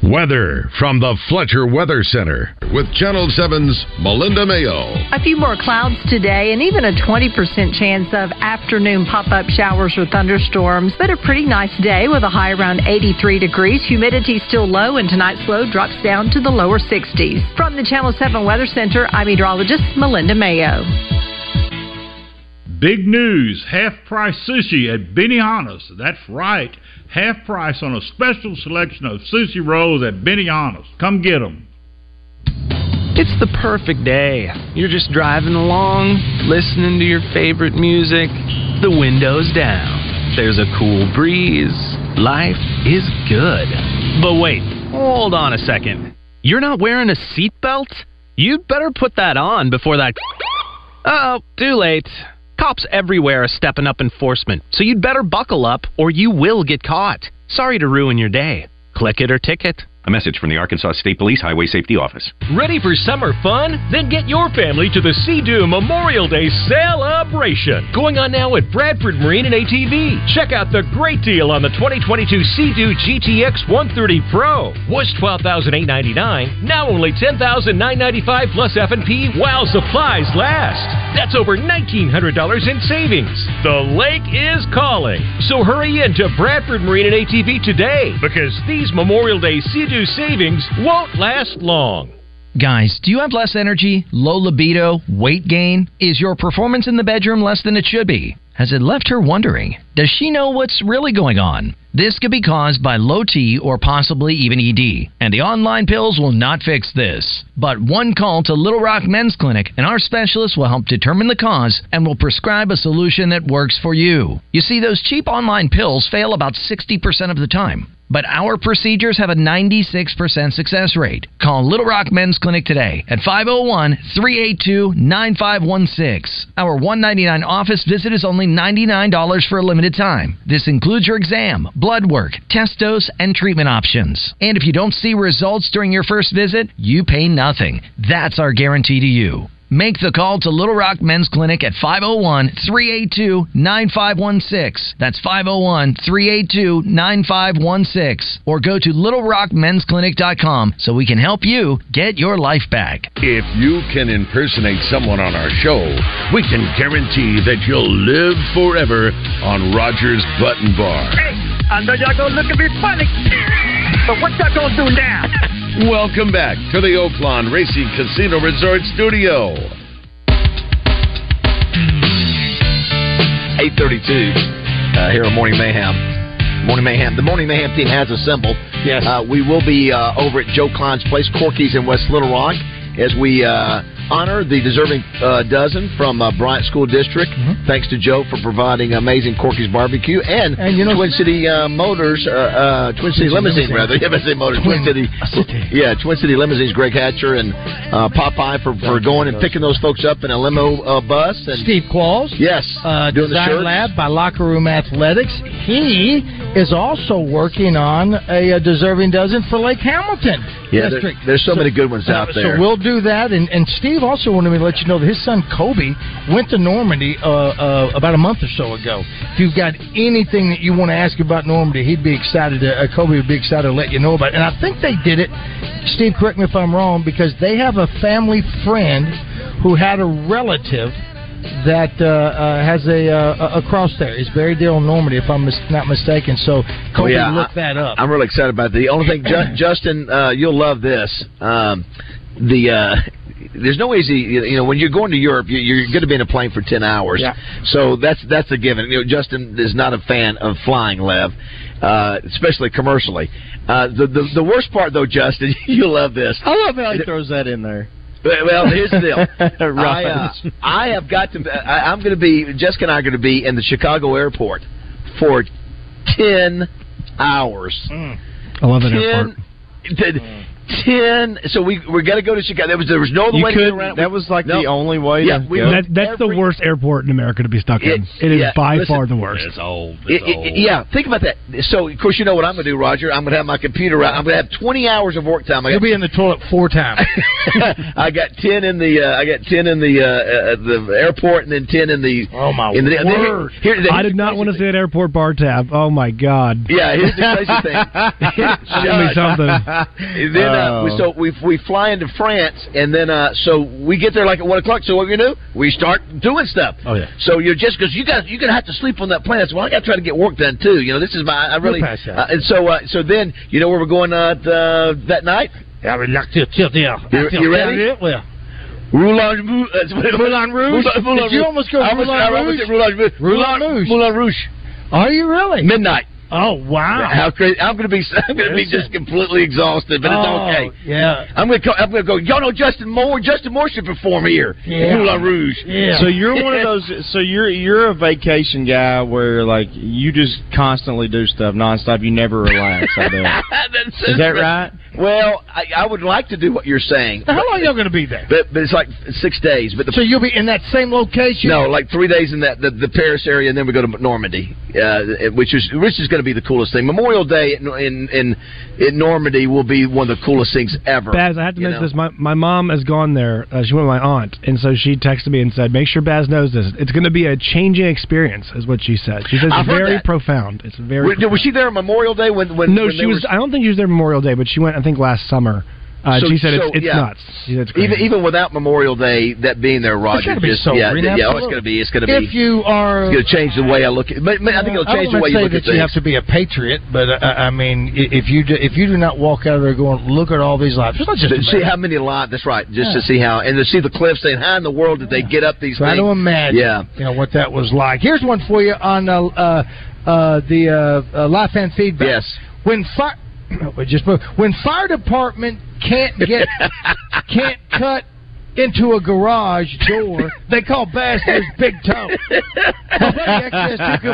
A: Weather from the Fletcher Weather Center with Channel 7's Melinda Mayo.
N: A few more clouds today and even a 20% chance of afternoon pop up showers or thunderstorms, but a pretty nice day with a high around 83 degrees. Humidity still low, and tonight's low drops down to the lower 60s. From the Channel 7 Weather Center, I'm meteorologist Melinda Mayo.
O: Big news half price sushi at Benihana's. That's right, half price on a special selection of sushi rolls at Benihana's. Come get 'em.
P: It's the perfect day. You're just driving along, listening to your favorite music, the windows down. There's a cool breeze. Life is good. But wait, hold on a second. You're not wearing a seatbelt? You'd better put that on before that. Oh, too late. Cops everywhere are stepping up enforcement, so you'd better buckle up or you will get caught. Sorry to ruin your day. Click it or ticket.
Q: A message from the Arkansas State Police Highway Safety Office.
R: Ready for summer fun? Then get your family to the Sea-Doo Memorial Day celebration. Going on now at Bradford Marine and ATV. Check out the great deal on the 2022 Sea-Doo GTX 130 Pro. Was $12,899, now only $10,995 plus F&P while supplies last. That's over $1,900 in savings. The lake is calling. So hurry in to Bradford Marine and ATV today because these Memorial Day Sea-Doo savings won't last long.
S: Guys, do you have less energy, low libido, weight gain? Is your performance in the bedroom less than it should be? Has it left her wondering? Does she know what's really going on? This could be caused by low T or possibly even ED, and the online pills will not fix this. But one call to Little Rock Men's Clinic, and our specialists will help determine the cause and will prescribe a solution that works for you. You see, those cheap online pills fail about 60% of the time but our procedures have a 96% success rate. Call Little Rock Men's Clinic today at 501-382-9516. Our 199 office visit is only $99 for a limited time. This includes your exam, blood work, test dose, and treatment options. And if you don't see results during your first visit, you pay nothing. That's our guarantee to you. Make the call to Little Rock Men's Clinic at 501 382 9516. That's 501 382 9516. Or go to littlerockmensclinic.com so we can help you get your life back.
T: If you can impersonate someone on our show, we can guarantee that you'll live forever on Rogers Button Bar.
B: Hey, I know y'all gonna look at me funny, but what y'all gonna do now?
T: Welcome back to the Oakland Racing Casino Resort Studio.
E: 832 uh, here on Morning Mayhem. Morning Mayhem. The Morning Mayhem team has assembled. Yes. Uh, we will be uh, over at Joe Klein's place, Corky's in West Little Rock, as we uh, honor the deserving uh, dozen from uh, Bryant School District. Thanks to Joe for providing amazing Corky's barbecue and, Twin City uh, Motors, uh, uh, Twin City Limousine, rather. Yeah, I say Motors, Twin, City. Yeah, Twin City Limousines, Greg Hatcher and uh, Popeye for, for going and picking those folks up in a limo uh, bus. And
F: Steve Qualls.
E: Yes.
F: Uh,
E: Doing the
F: Design
E: shirts.
F: Lab by Locker Room Athletics. He is also working on a, uh deserving dozen for Lake Hamilton
E: Yeah, there-
F: District.
E: there's so many good ones out
F: uh,
E: there.
F: So we'll do that. And, and Steve also wanted me to let you know that his son Kobe went to Normandy uh, uh, about a month or so ago. If you've got anything that you want to ask about Normandy, he'd be excited. To, uh, Kobe would be excited to let you know about. it. And I think they did it. Steve, correct me if I'm wrong, because they have a family friend who had a relative
E: Oh,
F: that uh, uh, has a, uh, a- a cross there. He's buried there on Normandy, if I'm mis- not mistaken. So
E: Oh,
F: Kobe
E: yeah,
F: looked
E: I-
F: that up.
E: I'm really excited about that. The only thing, Ju- Justin, uh, you'll love this. Um, the uh, there's no easy, you know, when you're going to Europe, you- you're going to be in a plane for ten hours.
U: Yeah.
E: So that's that's a given. You know, Justin is not a fan of flying, Lev, uh, especially commercially. Uh, the, the the worst part, though, Justin, you love this.
I: I love how he throws that in there.
E: Well, here's the deal. I, uh,
I: Robbins.
E: I have got to. I, I'm going to be. Jessica and I are going to be in the Chicago airport for ten hours.
K: Mm. I love that
E: ten,
K: airport.
E: did- ten. So we we're gonna go to Chicago. There was there was no other
I: You
E: way to
I: couldn't-
E: get around. it.
I: that was like
E: No.
I: the only way.
E: Yeah,
I: to
E: we-
I: go.
E: that-
K: That's the worst airport in America to be stuck in.
E: It's-
K: It is
E: yeah,
K: by
E: listen-
K: far the worst.
J: old.
E: It- it- yeah, think about that. So of course you know what I'm gonna do, Roger. I'm gonna have my computer out. I'm gonna have 20 hours of work time. I
F: You'll
E: got,
F: be in the toilet four times.
E: I got 10 in the uh, I got 10 in the uh, uh, the airport and then 10 in the oh my in the, and then here-
K: Word.
E: here- here-
K: I did not want to say an airport bar tab. Oh my god.
E: Yeah, here's the crazy thing.
K: Tell me
E: Shucks.
K: something.
E: then uh, we,
K: Oh.
E: so we we fly into France, and then uh, so we get there like at one o'clock. So what we do? We start doing stuff.
J: Oh yeah.
E: So you're just because you got you're gonna have to sleep on that plane. I said, well, I got to try to get work done too. You know, this is my I
F: You'll
E: really.
F: pass out.
E: Uh, and so uh, so then you know where we're going uh, th- uh, that night.
F: I would like to tell you.
E: You, you ready?
F: Well,
E: Moulin, Mou- uh,
F: Moulin Rouge?
E: Moulin, Moulin
F: Did you almost go
E: I almost-
F: Moulin
E: I almost
F: Rouge?
E: said Moulin Rouge.
F: Moulin Rouge.
E: Moulin Rouge.
F: Are you really?
E: Midnight.
F: Oh wow!
E: How crazy! I'm gonna be I'm gonna be
F: Listen.
E: just completely exhausted, but
F: Oh,
E: it's okay.
F: Yeah.
E: I'm gonna go, I'm gonna go. Y'all know Justin Moore. Justin Moore should perform here.
I: Yeah.
E: Moulin Rouge.
I: So you're one of those. So you're you're a vacation guy where like you just constantly do stuff nonstop. You never relax. I bet.
E: That's-
I: Is that right?
E: Well, I, I would like to do what you're saying.
F: Now, how long y'all going to be there?
E: But, but it's like six days. But the,
F: So you'll be in that same location?
E: no, like three days in that the, the Paris area, and then we go to Normandy, uh, which is which is going to be the coolest thing. Memorial Day in in in, in Normandy will be one of the coolest things ever.
K: Baz, I have to
E: you
K: mention
E: know?
K: this. My, my mom has gone there. Uh, she went with my aunt, and so she texted me and said, "Make sure Baz knows this. It's going to be a changing experience," is what she said. She said
E: I've
K: it's
E: heard
K: very
E: that.
K: profound. It's very.
E: Were- was she there on Memorial Day when when
K: no,
E: when
K: she
E: they
K: was.
E: were-
K: I don't think she was there Memorial Day, but she went. I think last summer. Uh,
E: So-
K: she said
E: so,
K: it's, it's
E: yeah.
K: nuts. She said it's crazy.
E: even even without Memorial Day, that being there, Roger,
K: gotta be
E: just yeah,
K: sobering,
E: th- yeah, oh, it's
K: absolutely.
E: going to be it's going to be
F: If you are.
E: it's going to change the way I look at. But, but I think it'll
F: I don't
E: change the
F: wanna
E: way you
F: say
E: look at
F: that you
E: things.
F: have to be a patriot, but uh, I I mean, i- if you do, if you do not walk out of there going, look at all these lives. It's not just
E: to see
F: America.
E: how many live. That's right, just to
F: Yeah.
E: see how and to see the cliffs and how in the world did they get up these
F: Try
E: things?
F: to imagine,
E: Yeah.
F: you know what that was like. Here's one for you on uh, uh, uh, the uh, uh, life and feedback. Yes, when fire, we just moved. when fire department can't get can't cut into a garage door, they call Bass his big toe. Buddy X has two completely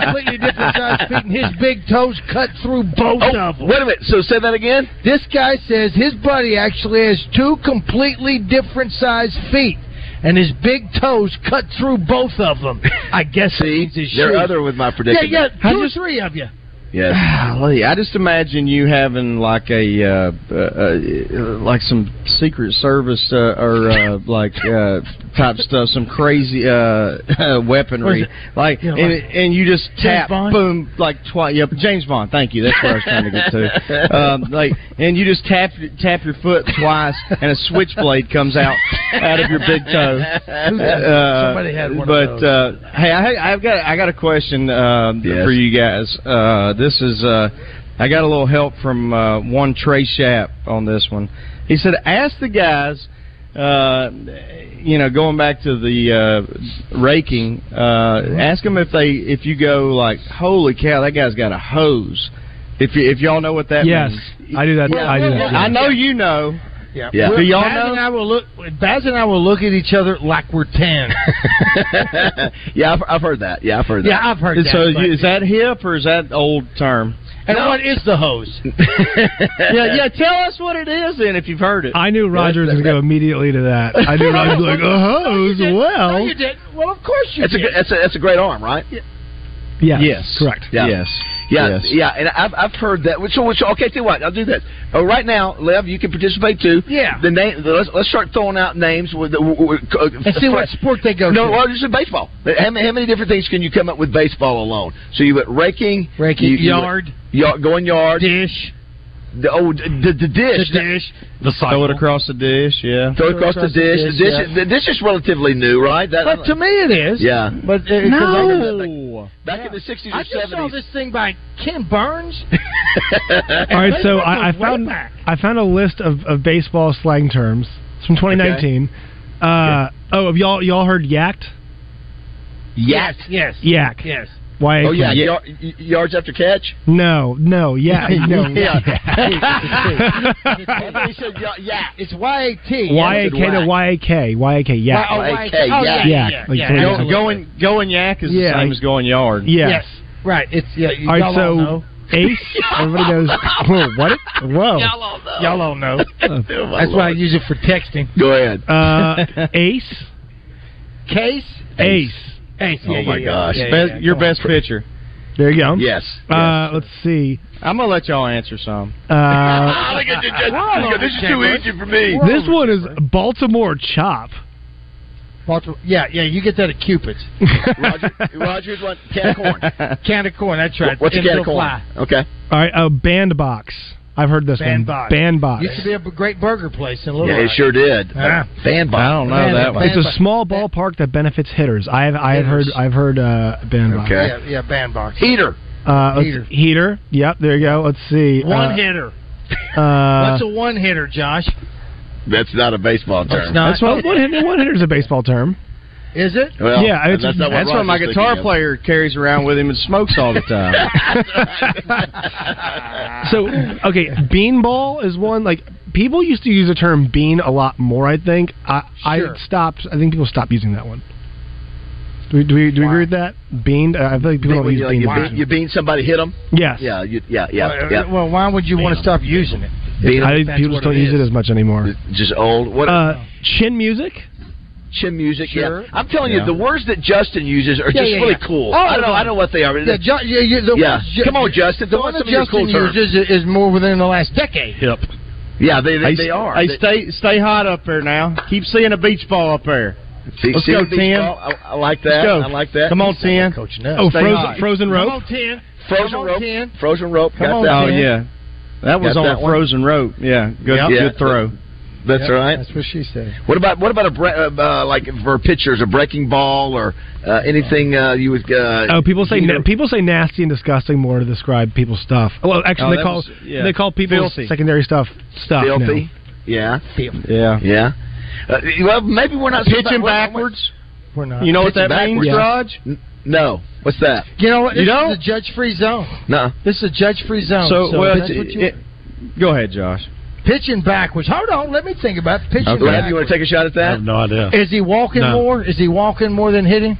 F: different sized feet, and his big toes cut through both
E: Oh,
F: of them.
E: wait a minute. So say that again.
F: This guy says his buddy actually has two completely different sized feet, and his big toes cut through both of them. I guess see,
E: There are other with my
F: Yeah,
E: prediction.
F: yeah, two or three of you.
E: Yes.
I: Golly, I just imagine you having like a uh, uh, uh, like some Secret Service uh, or uh, like uh, type stuff, some crazy uh, uh,
P: What is
I: weaponry,
P: it?
I: like,
P: You know,
I: and,
P: like-
I: and you just
P: James
I: tap,
P: Bond?
I: boom, like twice. Yep, James Bond. Thank you. That's what I was trying to get to. Um, like, and you just tap tap your foot twice, and a switchblade comes out out of your big toe. Uh,
F: Somebody had one of
I: but
F: those.
I: uh, hey, I, I've got I got a question um,
E: Yes.
I: for you guys. Uh, this is uh, I got a little help from uh, one Trey Schapp on this one. He said, "Ask the guys." Uh, you know, going back to the uh, raking, uh, ask them if they if you go like, holy cow, that guy's got a hose. If you, if y'all know what that
K: Yes,
I: means,
K: I do that. I do that.
I: I know you know.
F: Yeah.
I: Yeah.
F: Well,
I: Do y'all
F: Baz
I: know?
F: and I will look. Baz and I will look at each other like we're ten.
E: yeah, I've, I've heard that. Yeah, I've heard that.
F: Yeah, I've heard that,
I: So
F: but-
I: you- is that hip or is that old term?
F: And what is the hose?
I: yeah, yeah. Tell us what it is, then, if you've heard it.
K: I knew Rogers would go immediately to that. I knew Rogers would be like, oh, as well.
F: No, you didn't. Well, of course you
E: That's a
F: did.
E: good- that's a that's a great arm, right?
K: Yes.
I: Yes.
K: Correct.
E: Yeah.
I: Yes.
E: Yeah,
I: Yes.
E: yeah, and I've, I've heard that. Which, which, okay, tell you what, I'll do this. Uh, right now, Lev, you can participate too. Yeah. The name. the- Let's, let's start throwing out names with. the- w- w- uh,
F: And see what sport they go
E: No,
F: to.
E: well, just in baseball. How many, how many different things can you come up with baseball alone? So you went raking,
F: Raking,
E: you- you went-
F: yard.
E: yard, going yard,
F: dish.
E: The, oh, the, the dish,
F: the dish,
I: The throw it across the dish. Yeah.
E: throw across, the dish. The dish, is- the dish is relatively new, right? That,
F: But to me, it is.
E: Yeah.
F: But uh, 'cause I
E: No.
F: remember that-
E: Back in the sixties
F: I
E: or
F: just saw
E: seventies.
F: this thing by Ken Burns.
K: All right, so
F: That
K: I, I
F: goes way
K: found
F: back.
K: I found a list of, of baseball slang terms It's from 2019. Uh, Oh, have y'all y'all heard yacked?
E: Yak.
F: Yes.
K: Yak.
F: Yes.
K: Why?
E: Oh yeah, yar- y- yards after catch.
K: No, no, yeah, no.
E: yeah. he said ya- yak.
F: It's YAT.
K: Y a k to y a k y a k yak.
F: Oh, Y A K, Oh,
K: Yak.
F: yeah, yeah,
K: Like,
F: yeah,
K: for
I: Go,
K: example.
I: going going yak is
K: Yeah.
I: the same as going yard.
K: Yeah.
F: Yes. Right. It's yeah. You,
K: All right,
F: y'all
K: so
F: all know.
K: ace. Everybody knows. Whoa, what? Whoa.
F: Y'all all know. Y'all all know. That's why I
K: Lord.
F: use it for texting.
E: Go ahead.
K: Uh, ace.
F: Case.
K: Ace.
F: Ace.
I: Oh
F: yeah,
I: my
F: yeah,
I: gosh.
F: Yeah, yeah,
I: Best-
F: yeah.
I: your best pitcher.
K: There you go.
E: Yes.
K: Uh, let's see.
I: I'm gonna let y'all answer some.
K: Uh,
E: this is too easy for me.
K: this one is Baltimore chop.
F: Multiple- Yeah, yeah. You get that at Cupid's.
E: Roger, Rogers won can of corn.
F: Can of corn. That's right.
E: What's a can of corn?
F: Fly.
E: Okay.
K: All right, uh, bandbox. I've heard this one.
F: Bandbox.
K: Bandbox.
F: Used to be a b- great burger place in Little
E: Yeah, it
F: Rock.
E: sure did.
F: Yeah.
E: Fan box. I don't
F: know that one.
K: It's a
F: Ah. Bandbox.
K: small ballpark that benefits hitters. I have I have heard
F: Hitters.
K: I've heard uh, bandbox.
F: Yeah, yeah, bandbox.
E: Heater.
K: Uh, let's-
F: Heater.
K: heater. Yep. There you go. Let's see.
F: One
K: uh,
F: hitter.
K: Uh,
F: What's a one hitter, Josh?
E: That's not a baseball term.
K: that's what one hitter. One hitter's a baseball term.
F: Is it?
E: Well,
K: Yeah, it's-
E: that's not what
I: That's what
E: Roger's
I: my
E: thinking
I: guitar
E: of.
I: player carries around with him and smokes all the time.
K: So okay, beanball is one. Like people used to use the term bean a lot more. I think I
F: Sure.
K: I stopped. I think people stopped using that one. Do we do we, do we agree with that? Bean. Uh, I feel like people
E: Think
K: don't
E: when
K: use
E: you, like,
K: bean.
E: you, bean, you bean somebody, hit them.
K: Yes.
E: Yeah, you, yeah, yeah,
F: Well,
E: yeah.
F: well, why would you want to stop using it?
E: Being-
K: I,
E: That's
K: people just
E: what
K: don't
E: it
K: use
E: is.
K: it as much anymore.
E: Just old. What?
K: Uh, chin music.
E: Chin music.
K: Sure.
E: Yeah. I'm telling
K: Yeah.
E: you, the words that Justin uses are
K: Yeah,
E: just
K: yeah,
E: really
K: yeah.
E: cool.
K: Oh,
E: I don't know.
K: no.
E: I don't know what they are.
F: Yeah, Ju- yeah, yeah, the
E: Yeah.
F: ones Ju-
E: Come on, Justin.
F: The
E: Throw
F: one
E: in
F: that
E: some of your
F: Justin
E: cool terms.
F: uses is, is more within the last decade.
J: Yep.
E: Yeah, they they,
I: Hey,
E: they
I: s-
E: are.
I: Hey,
E: They-
I: stay stay hot up there now. Keep seeing a beach ball up there.
E: See-
I: Let's
E: see
I: go,
E: the beach
I: Tim.
E: ball? I, I like
I: Let's
E: that.
I: go.
E: I like that.
I: Come on, Tim.
E: Oh, Stay frozen- high. frozen rope?
F: Come on, Tim.
E: Frozen
F: Come on,
E: rope.
F: Tim.
E: Frozen rope.
I: Come
E: Got
I: on,
E: that.
I: Tim. Oh, yeah. That was
E: Got
I: on
E: that one.
I: frozen rope. Yeah, good,
E: Yep. Yeah.
I: good throw.
E: That's
I: Yep,
E: right.
F: That's what she said.
E: What about what about a bre- uh, uh, like for pitchers, a breaking ball or uh, anything uh, you would? Uh,
K: Oh, people say
E: you
K: na-
E: know-
K: people say nasty and disgusting more to describe people's stuff. Well,
E: Oh,
K: actually,
E: that
K: they call
E: was- yeah.
K: they call people's
E: Filthy.
K: secondary stuff stuff. now.
E: filthy. Yeah.
I: Yeah.
E: Yeah. Uh, well, maybe we're not
I: Pitching
E: supposed to-
I: backwards.
F: We're not.
I: You know what that means,
E: backwards.
I: Raj?
E: N- No. What's that?
F: You know what?
E: You
F: This
E: don't?
F: is a judge-free zone.
E: No.
F: This is a judge-free zone.
I: So,
F: So,
I: well,
F: that's
I: it-
F: what you
I: it- Go ahead, Josh.
F: pitching backwards. Hold on, let me think about pitching
I: Okay.
F: backwards.
I: You
E: want to take a shot at that?
J: I have no idea.
F: Is he walking
J: No.
F: more? Is he walking more than hitting?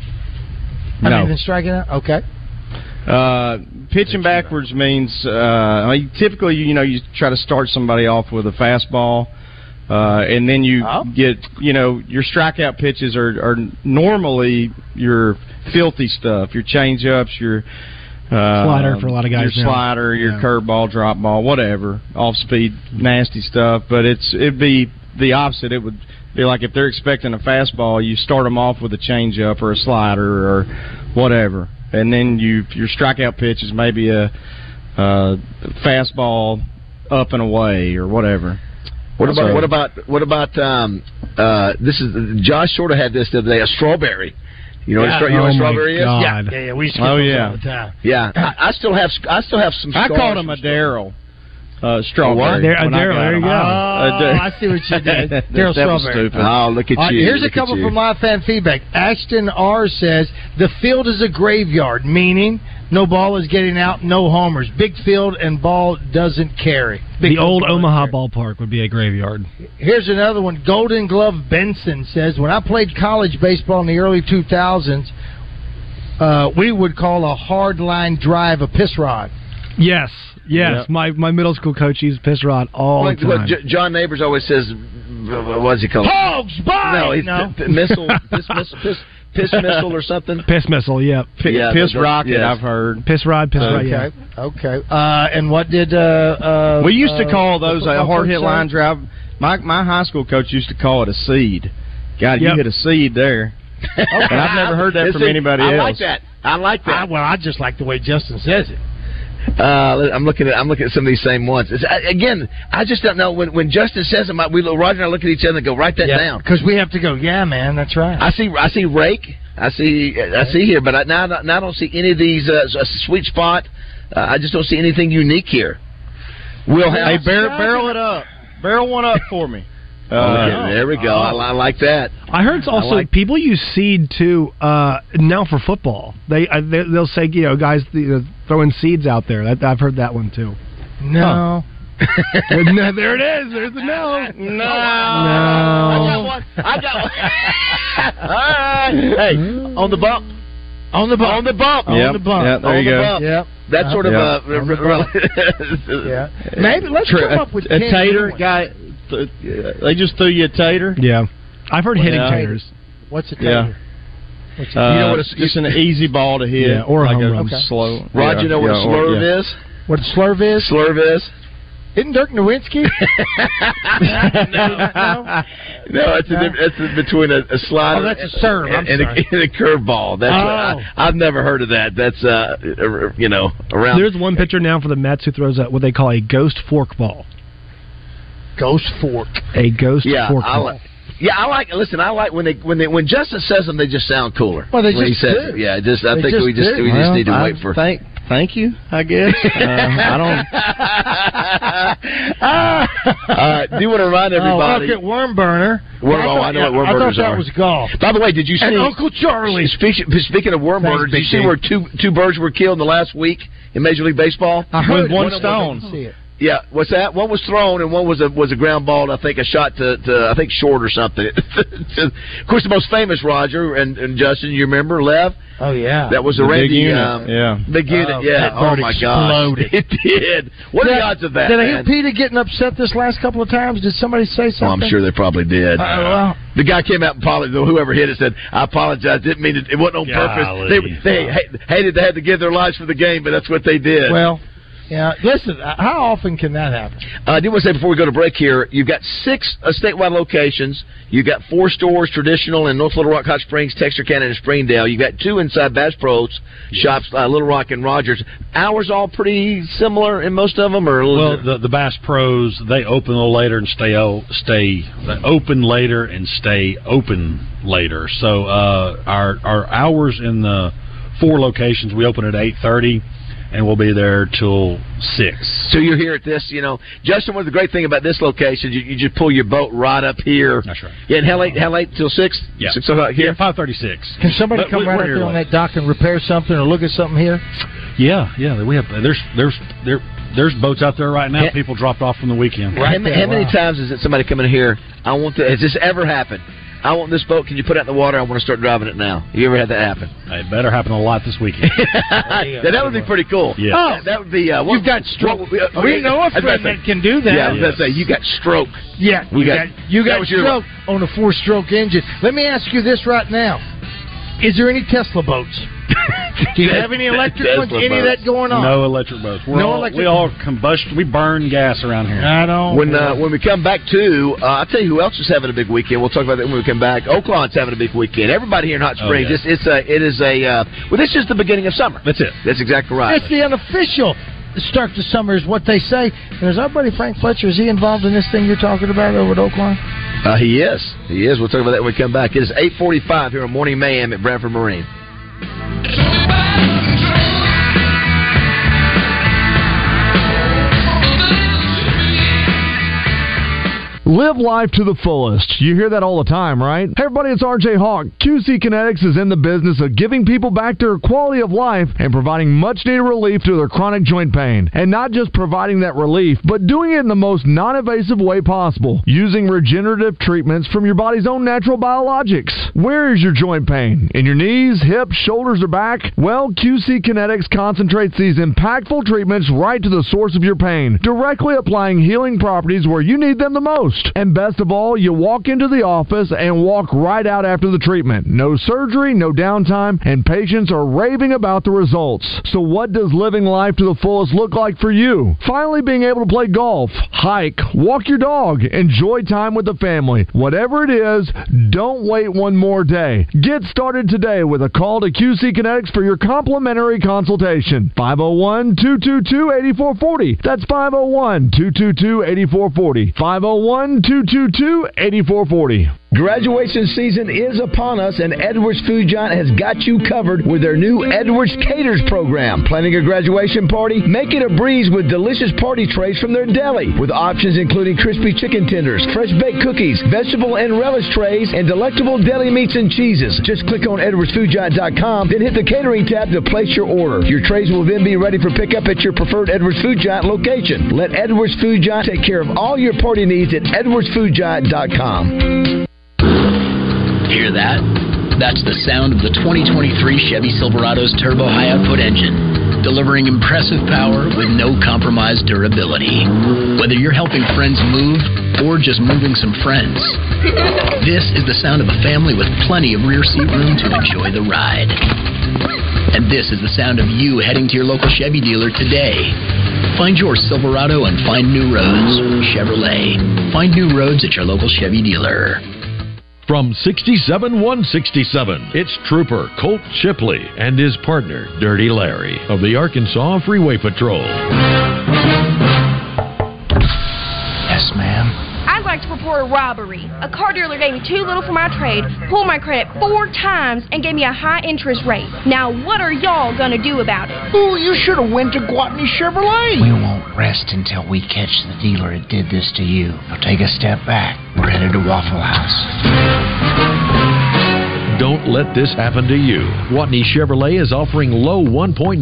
F: I
I: No.
F: mean, than striking out. Okay.
I: Uh, pitching backwards means uh, I mean, typically you know you try to start somebody off with a fastball, uh, and then you get you know your strikeout pitches are, are normally your filthy stuff, your changeups, your uh,
K: Slider for a lot of guys
I: your
K: now.
I: slider, your
K: Yeah. Mm-hmm.
I: curveball, drop ball, whatever, off speed, nasty stuff. But it's it'd be the opposite. It would be like if they're expecting a fastball, you start them off with a changeup or a slider or whatever, and then you your strikeout pitch is maybe a, a fastball up and away or whatever.
E: What about
I: So-
E: what about what about um, uh, this is Josh sort of had this the other day a strawberry. You know, what a
I: Yeah.
E: stra- you know what a
I: Oh, my
E: strawberry
I: God.
E: is?
I: Yeah, yeah, we used to get Oh, those yeah. all the time.
E: Yeah, I, I still have sc- I still have some.
I: I
E: Scars
I: called him a Daryl. Uh,
E: what?
I: strawberry.
E: Dar- a
I: when I
E: Daryl,
I: got
E: there you
I: him.
E: go.
I: A Dar-
F: Oh, I see what you did.
I: That-
F: Daryl
I: that was
F: Strawberry.
I: stupid. Oh, look at
F: All right,
I: you,
F: Here's
I: look at
F: a couple
I: you.
F: from live fan feedback. Ashton R says the field is a graveyard, meaning no ball is getting out, no homers. Big field and ball doesn't carry. Big
U: The old
F: field doesn't
U: Omaha ballpark would be a graveyard.
F: Here's another one. Golden Glove Benson says, when I played college baseball in the early 2000s, uh, we would call a hard line drive a piss rod.
K: Yes, yes.
E: Yeah.
K: My my middle school coach used piss rod all
E: Like
K: the
E: what
K: time.
E: J- John Neighbors always says, what's he called?
F: Hogs by
E: No, he's p- p- missile, piss, miss, piss, piss missile or something.
K: piss missile. Yeah.
E: Pi- Yeah, piss that- rocket, yes. I've
I: heard.
K: Piss rod. Piss rod. Yeah.
F: okay, okay. Uh, and what did uh, uh,
I: we used
F: uh,
I: to call those
F: what-
I: a hard hit
F: sorry?
I: line drive. My my high school coach used to call it a seed. God, you
F: Yep.
I: hit a seed there. And I've never heard that
E: You
I: from
E: see,
I: anybody
E: I
I: else.
E: like that. I like that.
F: well, I just like the way Justin says it.
E: Uh, I'm looking at I'm looking at some of these same ones. It's, I, again, I just don't know when when Justin says them. I, we look, Roger and I look at each other and go, write that down.
F: Because we have to go, yeah, man, that's right.
E: I see I see rake. I see I see here, but I, now, I don't- now I don't see any of these uh, s- a sweet spot. Uh, I just don't see anything unique here. We'll have
I: hey, bar- barrel it up. Barrel one up for me.
E: Okay, there we go. I, I like that.
K: I heard it's
E: I
K: also
E: like-
K: people use seed too uh, now for football. They, uh, they they'll say you know guys you know, throwing seeds out there. That, I've heard that one too.
F: No.
K: no there it is. There's the no.
I: No.
K: No.
E: I got one. All right. Hey, on the bump.
F: On the bump.
E: On the bump.
I: Yep.
E: On the bump.
I: Yep, there
E: on
I: you
E: the
I: go.
E: Bump.
I: Yep.
E: That's sort of uh,
I: Yep.
E: a.
I: On the
E: yeah.
F: Maybe let's
I: Tri-
F: come up with
I: a, a
F: 10
I: tater
F: new ones.
I: guy. th- uh, they just threw you a tater.
K: Yeah, I've heard hitting
I: Yeah.
K: taters.
F: What's it?
I: Yeah.
F: What's
I: Uh,
K: You know what
I: it's just an easy ball to hit.
K: Yeah, or a
I: like
K: home
I: a
K: run.
I: slow.
E: Rod, you know what a slurve is?
F: What a slurve is?
E: Slurve is?
F: Isn't Dirk Nowitzki? no.
E: No, it's, a, diff- it's a, between a, a slider.
F: Oh, that's a serve. I'm
E: and, and a,
F: sorry.
E: and a curveball. That's
K: Oh.
E: what I, I've never heard of that. That's uh, you know around.
K: There's one pitcher now for the Mets who throws out what they call a ghost fork ball.
F: Ghost fork.
K: A ghost
E: yeah,
K: fork
E: I
K: ball.
E: like. Yeah, I like. Listen, I like when they when they when Justin says them, they just sound cooler.
I: Well, they
E: when
I: just
E: he says
I: do.
E: It. Yeah, just I
I: They
E: think
I: just
E: we just
I: do.
E: we just
I: Well,
E: need to
I: I
E: wait for.
I: think- Thank you. I guess. Uh, I don't.
E: Uh, do you want to remind everybody?
F: Oh, look at worm burner.
E: Worm-
F: I
E: oh,
F: thought-
E: I know what
F: yeah,
E: worm
F: I
E: burners
F: thought that
E: are.
F: was golf.
E: By the way, did you see
F: And Uncle Charlie?
E: Speaking, speaking of worm
F: Thanks,
E: birds, did you
F: Big
E: see
F: D.
E: where two two birds were killed in the last week in Major League Baseball?
F: I heard it.
E: one
F: One of them
E: stone.
F: didn't see it.
E: Yeah, what's that? One was thrown and one was a was a ground ball. And I think a shot to, to I think short or something. of course, the most famous Roger and, and Justin, you remember Lev?
F: Oh yeah,
E: That was a
I: The big
E: Randy.
I: unit,
E: Um,
I: yeah.
E: big unit.
F: Oh,
E: yeah.
F: that
E: Oh
F: bird
E: my
F: exploded.
E: gosh, it did. What are
F: Did
E: the
F: I-
E: odds of that?
F: Did I
E: man?
F: hear Peter getting upset this last couple of times? Did somebody say something?
E: Well, I'm sure they probably did.
F: Uh, well-
E: the guy came out and apologized. Whoever hit it said, "I apologize. Didn't mean it. It wasn't on purpose.
F: Golly.
E: They, they ha- hated they had to give their lives for the game, but that's what they did."
F: Well, yeah. Listen, uh, how often can that happen?
E: Uh, I did want to say before we go to break here, you've got six uh, statewide locations. You've got four stores, traditional in North Little Rock, Hot Springs, Texarkana, and Springdale. You've got two inside Bass Pro's shops, uh, Little Rock and Rogers. Hours all pretty similar in most of them, or a little
J: Well, the, the Bass Pros they open a little later and stay o- stay they open later and stay open later. So uh, our our hours in the four locations we open at eight thirty, and we'll be there till six.
E: So you're here at this, you know, Justin. One of the great thing about this location, you, you just pull your boat right up here. That's right. Yeah, and how late? How late till six?
J: Yeah.
E: six o'clock here.
J: five thirty-six.
F: Can somebody
J: But
F: come
J: we-
F: right
J: we're
F: up
J: here
F: there on
J: late.
F: that dock and repair something or look at something here?
J: Yeah, yeah. We have there's there's there there's boats out there right now. people dropped off from the weekend.
E: how, ma- how many times is it somebody coming here? I want the, has this ever happened? I want this boat. Can you put it out in the water? I want to start driving it now. You ever had that happen?
J: It better happen a lot this weekend.
E: Yeah, that would be pretty cool.
J: Yeah.
E: That, that would be. Uh, what, uh, You've got stroke.
F: We know a friend that can do that.
E: Yeah, I was about to say you got stroke.
F: Yeah,
E: We
F: you
E: got-
F: got, you
E: that
F: got
E: was your-
F: stroke on a four-stroke engine. Let me ask you this right now: Is there any Tesla boats? Do you have any electric ones?
J: Tesla
F: Any of
J: boats.
F: that going on?
J: No electric boats. We're
F: No
J: all,
F: electric
J: We all combust. We burn gas around here.
F: I don't.
E: When uh, when we come back to, uh, I'll tell you who else is having a big weekend. We'll talk about that when we come back. Oaklawn's having a big weekend. Everybody here in Hot
F: Oh,
E: Springs.
F: yeah.
E: it's, it's a it is a uh, well. This is the beginning of summer. That's it. That's exactly right.
F: It's the unofficial start to summer, is what they say. And is our buddy Frank Fletcher? Is he involved in this thing you're talking about over at Oakland?
E: Uh, he is. He is. We'll talk about that when we come back. It is eight forty five here on Morning Mayhem at Bradford Marine.
D: Live life to the fullest. You hear that all the time, right? Hey everybody, it's RJ Hawk. QC Kinetics is in the business of giving people back their quality of life and providing much needed relief to their chronic joint pain. And not just providing that relief, but doing it in the most non invasive way possible, using regenerative treatments from your body's own natural biologics. Where is your joint pain? In your knees, hips, shoulders, or back? Well, QC Kinetics concentrates these impactful treatments right to the source of your pain, directly applying healing properties where you need them the most. And best of all, you walk into the office and walk right out after the treatment. No surgery, no downtime, and patients are raving about the results. So, what does living life to the fullest look like for you? Finally, being able to play golf, hike, walk your dog, enjoy time with the family. Whatever it is, don't wait one more day. Get started today with a call to QC Kinetics for your complimentary consultation. 501 222 8440. oh. That's 501 222 8440. 501 222 8440.
V: Graduation season is upon us, and Edwards Food Giant has got you covered with their new Edwards Caters program. Planning a graduation party? Make it a breeze with delicious party trays from their deli, with options including crispy chicken tenders, fresh baked cookies, vegetable and relish trays, and delectable deli meats and cheeses. Just click on edwardsfoodgiant.com, then hit the catering tab to place your order. Your trays will then be ready for pickup at your preferred Edwards Food Giant location. Let Edwards Food Giant take care of all your party needs at edwardsfoodgiant.com.
W: Hear that? That's the sound of the 2023 Chevy Silverado's turbo high output engine, delivering impressive power with no compromised durability. Whether you're helping friends move or just moving some friends, this is the sound of a family with plenty of rear seat room to enjoy the ride. And this is the sound of you heading to your local Chevy dealer today. Find your Silverado and find new roads. Chevrolet. Find new roads at your local Chevy dealer.
X: From 67 167, it's Trooper Colt Chipley and his partner, Dirty Larry, of the Arkansas Freeway Patrol.
W: Yes, ma'am.
Y: I'd like to report a robbery. A car dealer gave me too little for my trade, pulled my credit four times, and gave me a high interest rate. Now, what are y'all gonna do about it? Ooh, you should have went to Guatney Chevrolet.
W: We won't rest until we catch the dealer that did this to you. Now take a step back. We're headed to Waffle House.
X: Don't let this happen to you. Watney Chevrolet is offering low 1.9%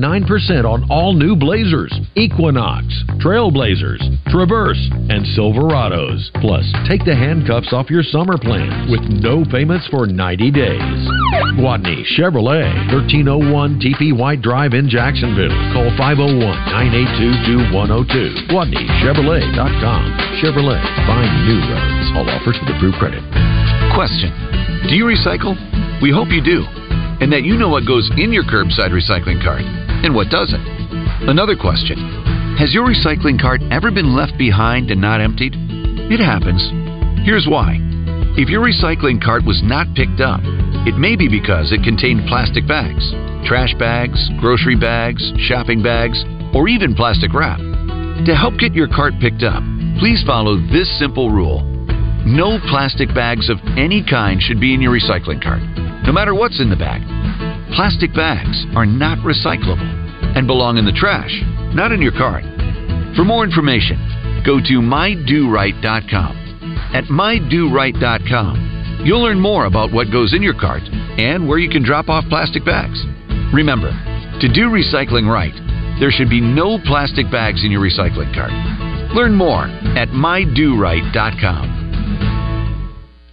X: on all new Blazers, Equinox, Trailblazers, Traverse, and Silverados. Plus, take the handcuffs off your summer plan with no payments for 90 days. Watney Chevrolet, 1301 TP White Drive in Jacksonville. Call 501 982 2102. WatneyChevrolet.com. Chevrolet, find new roads. All offers with approved credit.
C: Question Do you recycle? We hope you do, and that you know what goes in your curbside recycling cart and what doesn't. Another question Has your recycling cart ever been left behind and not emptied? It happens. Here's why. If your recycling cart was not picked up, it may be because it contained plastic bags, trash bags, grocery bags, shopping bags, or even plastic wrap. To help get your cart picked up, please follow this simple rule. No plastic bags of any kind should be in your recycling cart, no matter what's in the bag. Plastic bags are not recyclable and belong in the trash, not in your cart. For more information, go to mydoright.com. At mydoright.com, you'll learn more about what goes in your cart and where you can drop off plastic bags. Remember, to do recycling right, there should be no plastic bags in your recycling cart. Learn more at mydoright.com.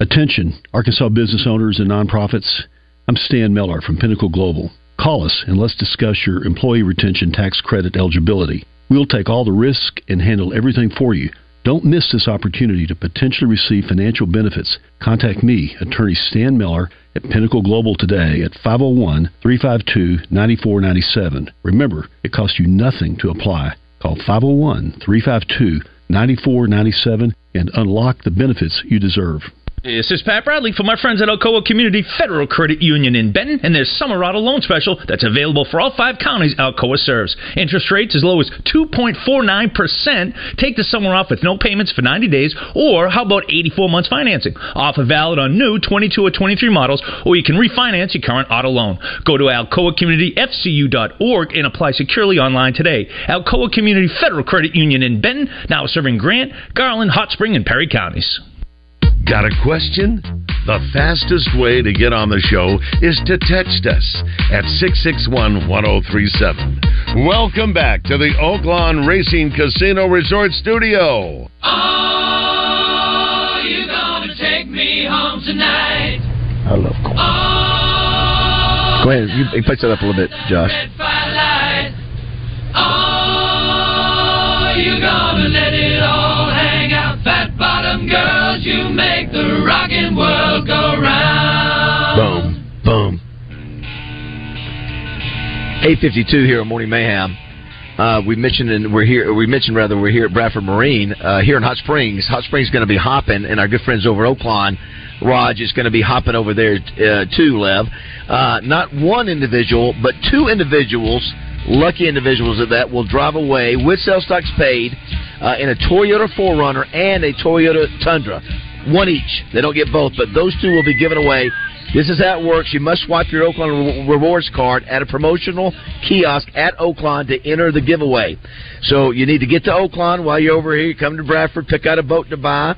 G: Attention, Arkansas business owners and nonprofits. I'm Stan Miller from Pinnacle Global. Call us and let's discuss your employee retention tax credit eligibility. We'll take all the risk and handle everything for you. Don't miss this opportunity to potentially receive financial benefits. Contact me, attorney Stan Miller, at Pinnacle Global today at 501 352 9497. Remember, it costs you nothing to apply. Call 501 352 9497 and unlock the benefits you deserve.
H: This is Pat Bradley for my friends at Alcoa Community Federal Credit Union in Benton and their Silverado Loan Special that's available for all five counties Alcoa serves. Interest rates as low as 2.49%. Take the summer off with no payments for 90 days, or how about 84 months financing? Offer valid on new 22 or 23 models, or you can refinance your current auto loan. Go to alcoacommunityfcu.org and apply securely online today. Alcoa Community Federal Credit Union in Benton, now serving Grant, Garland, Hot Spring, and Perry counties.
T: Got a question? The fastest way to get on the show is to text us at 661 1037. Welcome back to the Oaklawn Racing Casino Resort Studio.
B: Oh, you're gonna take me home tonight. Oh,
E: I love corn. Go ahead. You, you pick that up a little bit, Josh.
B: Firelight. Oh, you're gonna let it all hang out. Fat bottom girls, you make the rockin' world go round.
E: Boom. Boom. 852 here at Morning Mayhem. Uh, we mentioned and we're here. We mentioned rather we're here at Bradford Marine uh, here in Hot Springs. Hot Springs is going to be hopping, and our good friends over at Oakland, Raj is going to be hopping over there uh, too. Lev, uh, not one individual, but two individuals, lucky individuals at that, will drive away with sales tax paid uh, in a Toyota 4Runner and a Toyota Tundra, one each. They don't get both, but those two will be given away this is how it works. You must swipe your Oakland Re- Rewards card at a promotional kiosk at Oakland to enter the giveaway. So you need to get to Oakland while you're over here. You come to Bradford, pick out a boat to buy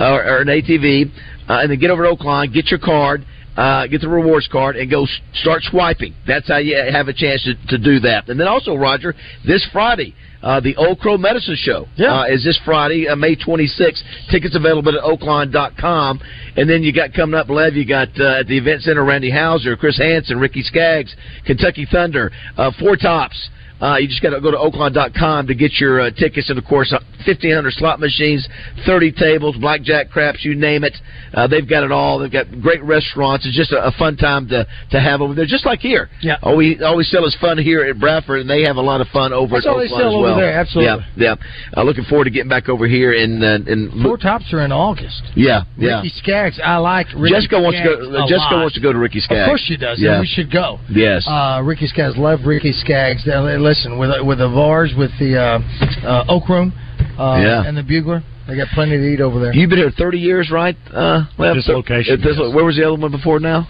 E: uh, or, or an ATV, uh, and then get over to Oakland, get your card, uh, get the rewards card, and go s- start swiping. That's how you have a chance to, to do that. And then also, Roger, this Friday, uh, the Old Crow Medicine Show uh, is this Friday, uh, May 26th. Tickets available at oakland.com. And then you got coming up, Lev, you got uh, at the event center Randy Hauser, Chris Hansen, Ricky Skaggs, Kentucky Thunder, uh, Four Tops. Uh, you just got to go to oakland.com to get your uh, tickets. And of course, uh, 1,500 slot machines, 30 tables, blackjack, craps, you name it. Uh, they've got it all. They've got great restaurants. It's just a, a fun time to, to have over there, just like here.
F: Yeah.
E: All we always sell is fun here at Bradford, and they have a lot of fun over
F: That's
E: at
F: all they
E: Oakland
F: sell
E: as
F: over
E: well.
F: there, absolutely.
E: Yeah, yeah. Uh, looking forward to getting back over here and uh, and
F: Four tops are in August.
E: yeah, yeah.
F: Ricky Skaggs, I like Ricky
E: Jessica wants to go.
F: Skaggs
E: uh,
F: a
E: Jessica
F: lot.
E: wants to go to Ricky Skaggs.
F: Of course she does.
E: Yeah.
F: And we should go.
E: Yes.
F: Uh, Ricky Skaggs, love Ricky Skaggs. Now, li- Listen, with with the Vars, with the uh, uh, Oak Room, uh,
E: Yeah.
F: and the Bugler, they got plenty to eat over there.
E: You've been here 30 years, right? Uh, Lev?
J: This
E: Thir-
J: location,
E: at this
J: yes.
E: lo- Where was the other one before now?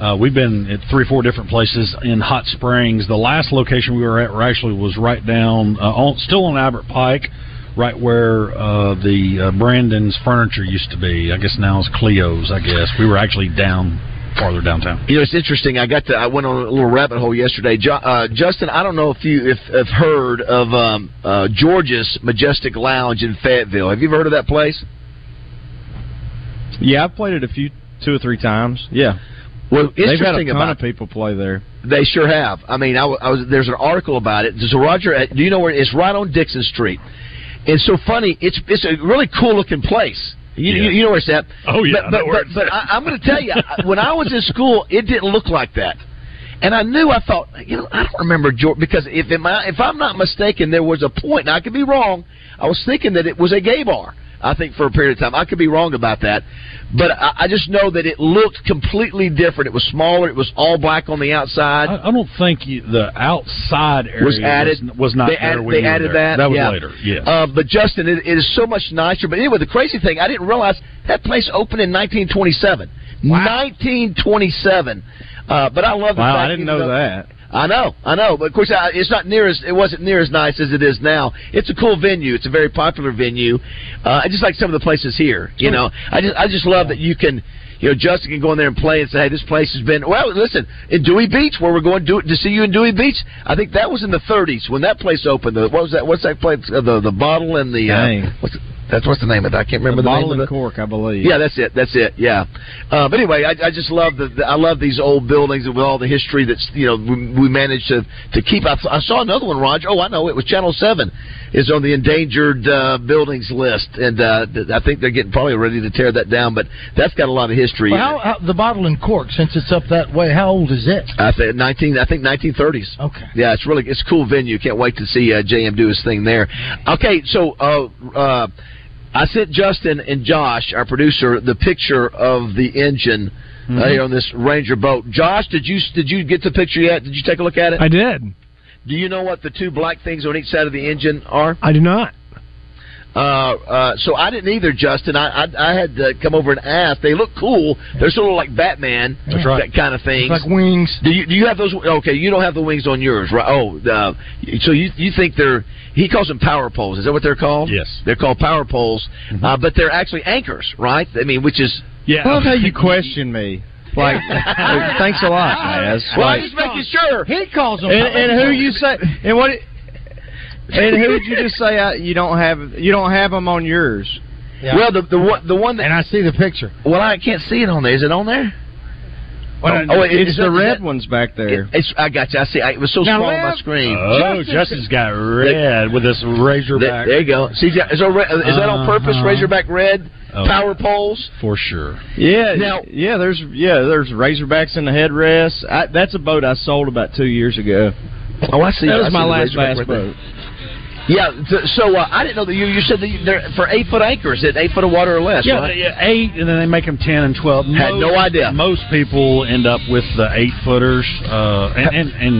J: Uh, we've been at three, four different places in Hot Springs. The last location we were at were actually was right down, uh, on, still on Albert Pike, right where uh, the uh, Brandon's furniture used to be. I guess now it's Cleo's. I guess we were actually down farther downtown.
E: You know, it's interesting. I got to. I went on a little rabbit hole yesterday. Ju- uh, Justin, I don't know if you if have heard of um, uh, George's Majestic Lounge in Fayetteville. Have you ever heard of that place?
I: Yeah, I've played it a few, two or three times. Yeah.
E: Well,
I: they've had a
E: interesting
I: ton
E: about-
I: of people play there.
E: They sure have. I mean, I, w- I was there's an article about it. So Roger, uh, do you know where it's right on Dixon Street? It's so funny. It's it's a really cool looking place. You, you, you know where it's at.
B: Oh, yeah, I
E: But
B: know
E: but,
B: where
E: but,
B: it's
E: but
B: at.
E: I, I'm going to tell you, I- when I was in school, it didn't look like that. And I knew I thought, you know, I don't remember George because if am I, if I'm not mistaken, there was a point, and I could be wrong. I was thinking that it was a gay bar. I think for a period of time, I could be wrong about that, but I, I just know that it looked completely different. It was smaller. It was all black on the outside.
J: I don't think you, the outside area
E: was added.
J: was, was not
E: they
J: there
E: added,
J: when
E: they
J: you were
E: added
J: there.
E: that.
J: That was
E: yeah.
J: later. Yes.
E: Uh, but Justin, it, it is so much nicer. But anyway, the crazy thing, I didn't realize that place opened in 1927. 1927. Uh, but I love the
I: Wow,
E: fact
I: I didn't
E: even
I: know
E: though-
I: that.
E: I know, I know, but of course, I, it's not near as it wasn't near as nice as it is now. It's a cool venue. It's a very popular venue. Uh, I just like some of the places here. You
B: Sure.
E: know, I just I just love that you can, you know, Justin can go in there and play and say, hey, this place has been. Well, listen, in Dewey Beach, where we're going to, to see you in Dewey Beach, I think that was in the 30s when that place opened. The, what was that? What's that place? Uh, the the bottle and the.
I: Dang.
E: Uh, what's, that's what's the name of it? I can't remember the,
I: Bottle and
E: name of it.
I: cork, I believe.
E: Yeah, that's it. That's it. Yeah. Uh, but anyway, I, I just love the, the I love these old buildings and with all the history that's you know we, we managed to to keep. I, I saw another one, Roger. Oh, I know it was Channel Seven is on the endangered uh, buildings list, and uh, th- I think they're getting probably ready to tear that down. But that's got a lot of history.
F: Well, how, how, the bottle and cork, since it's up that way, how old is it?
E: I think nineteen. I think nineteen thirties.
F: Okay.
E: Yeah, it's really it's a cool venue. Can't wait to see uh, JM do his thing there. Okay, so uh, uh, I sent Justin and Josh, our producer, the picture of the engine uh,
U: Mhm.
E: here on this Ranger boat. Josh, did you did you get the picture yet? Did you take a look at it?
U: I did.
E: Do you know what the two black things on each side of the engine are?
U: I do not.
E: Uh, uh, so I didn't either, Justin. I I, I had to come over and ask. They look cool. They're sort of like Batman,
F: That's right.
E: that kind of thing.
F: It's like wings.
E: Do you do you have those? Okay, you don't have the wings on yours, right? Oh, uh, so you you think they're he calls them power poles? Is that what they're called? Yes, they're called power poles, uh, but they're actually anchors, right? I mean, which is
I: I love how you question me. Like, thanks a lot, Maz.
E: Well, I
I: Like-
E: just making sure
F: he calls
I: and, and who you say and what it- and who did you just say uh, you don't have you don't have them on yours
E: Well, the the one the one that
F: and I see the picture.
E: Well, I can't see it on there. Is it on there?
I: Well,
E: oh, wait,
I: it's
E: is
I: the
E: that- is
I: red
E: that-
I: ones back there
E: It's I got you. I see. I, it was so
I: Now,
E: small on my
I: Lev-
E: screen.
J: Oh, Justin's got red with this razor
E: There-
J: back.
E: there you go. See, is, there, is that on purpose?
J: Uh-huh.
E: Razorback red
J: Oh.
E: power poles.
J: For sure.
I: yeah
E: Now-
I: yeah there's yeah there's razorbacks in the headrest I, that's a boat i sold about two years ago
E: oh i see
I: that was
E: I see
I: my
E: the
I: last
E: Razorback
I: bass
E: right there.
I: boat
E: Yeah, th- so uh, I didn't know that you you said that you, they're for eight foot anchors at eight foot of water or less.
J: yeah,
E: right?
J: yeah, eight, and then they make them ten and twelve.
E: Had no idea.
J: Most people end up with the eight footers, uh, and and, and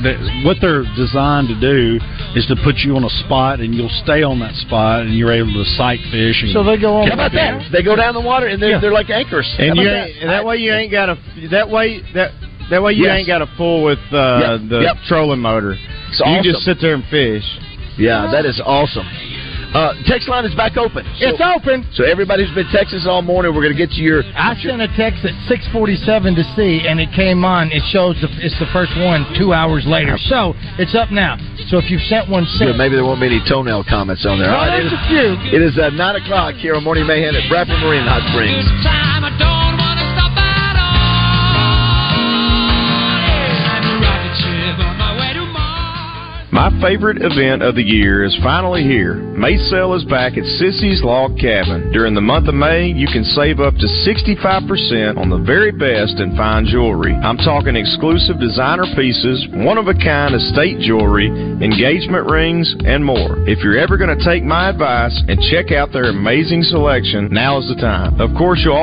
J: the, what they're designed to do is to put you on a spot, and you'll stay on that spot, and you're able to sight fish. And
I: So they go on-
E: How about that? They go down the water and they're they're like anchors. How
I: and
E: about
I: you
E: that?
I: ain't, and that way you ain't got a that way that that way you
E: Yes.
I: ain't got a pull with uh,
E: Yep,
I: the
E: yep.
I: trolling motor
E: It's
I: you
E: awesome.
I: just sit there and fish
E: yeah that is awesome uh, text line is back open. it's
F: open.
E: So everybody's been texting us all morning. We're going to get you your.
F: I sent a text at 6:47 to see, and it came on. It shows the, it's the first one two hours later, so it's up now. So if you've sent one
E: Yeah,
F: since,
E: maybe there won't be any toenail comments on there.
F: Well,
E: All right,
F: that's
E: it is-
F: a few.
E: It is uh, nine o'clock here on Morning Mayhem at Bradford Marine Hot Springs.
B: time I don't wanna stop at all. I'm a rocket ship on my way to
I: My favorite event of the year is finally here. May sale is back at Sissy's Log Cabin. During the month of May, you can save up to 65% on the very best in fine jewelry. I'm talking exclusive designer pieces, one of a kind estate jewelry, engagement rings, and more. If you're ever going to take my advice and check out their amazing selection, now is the time. Of course, you'll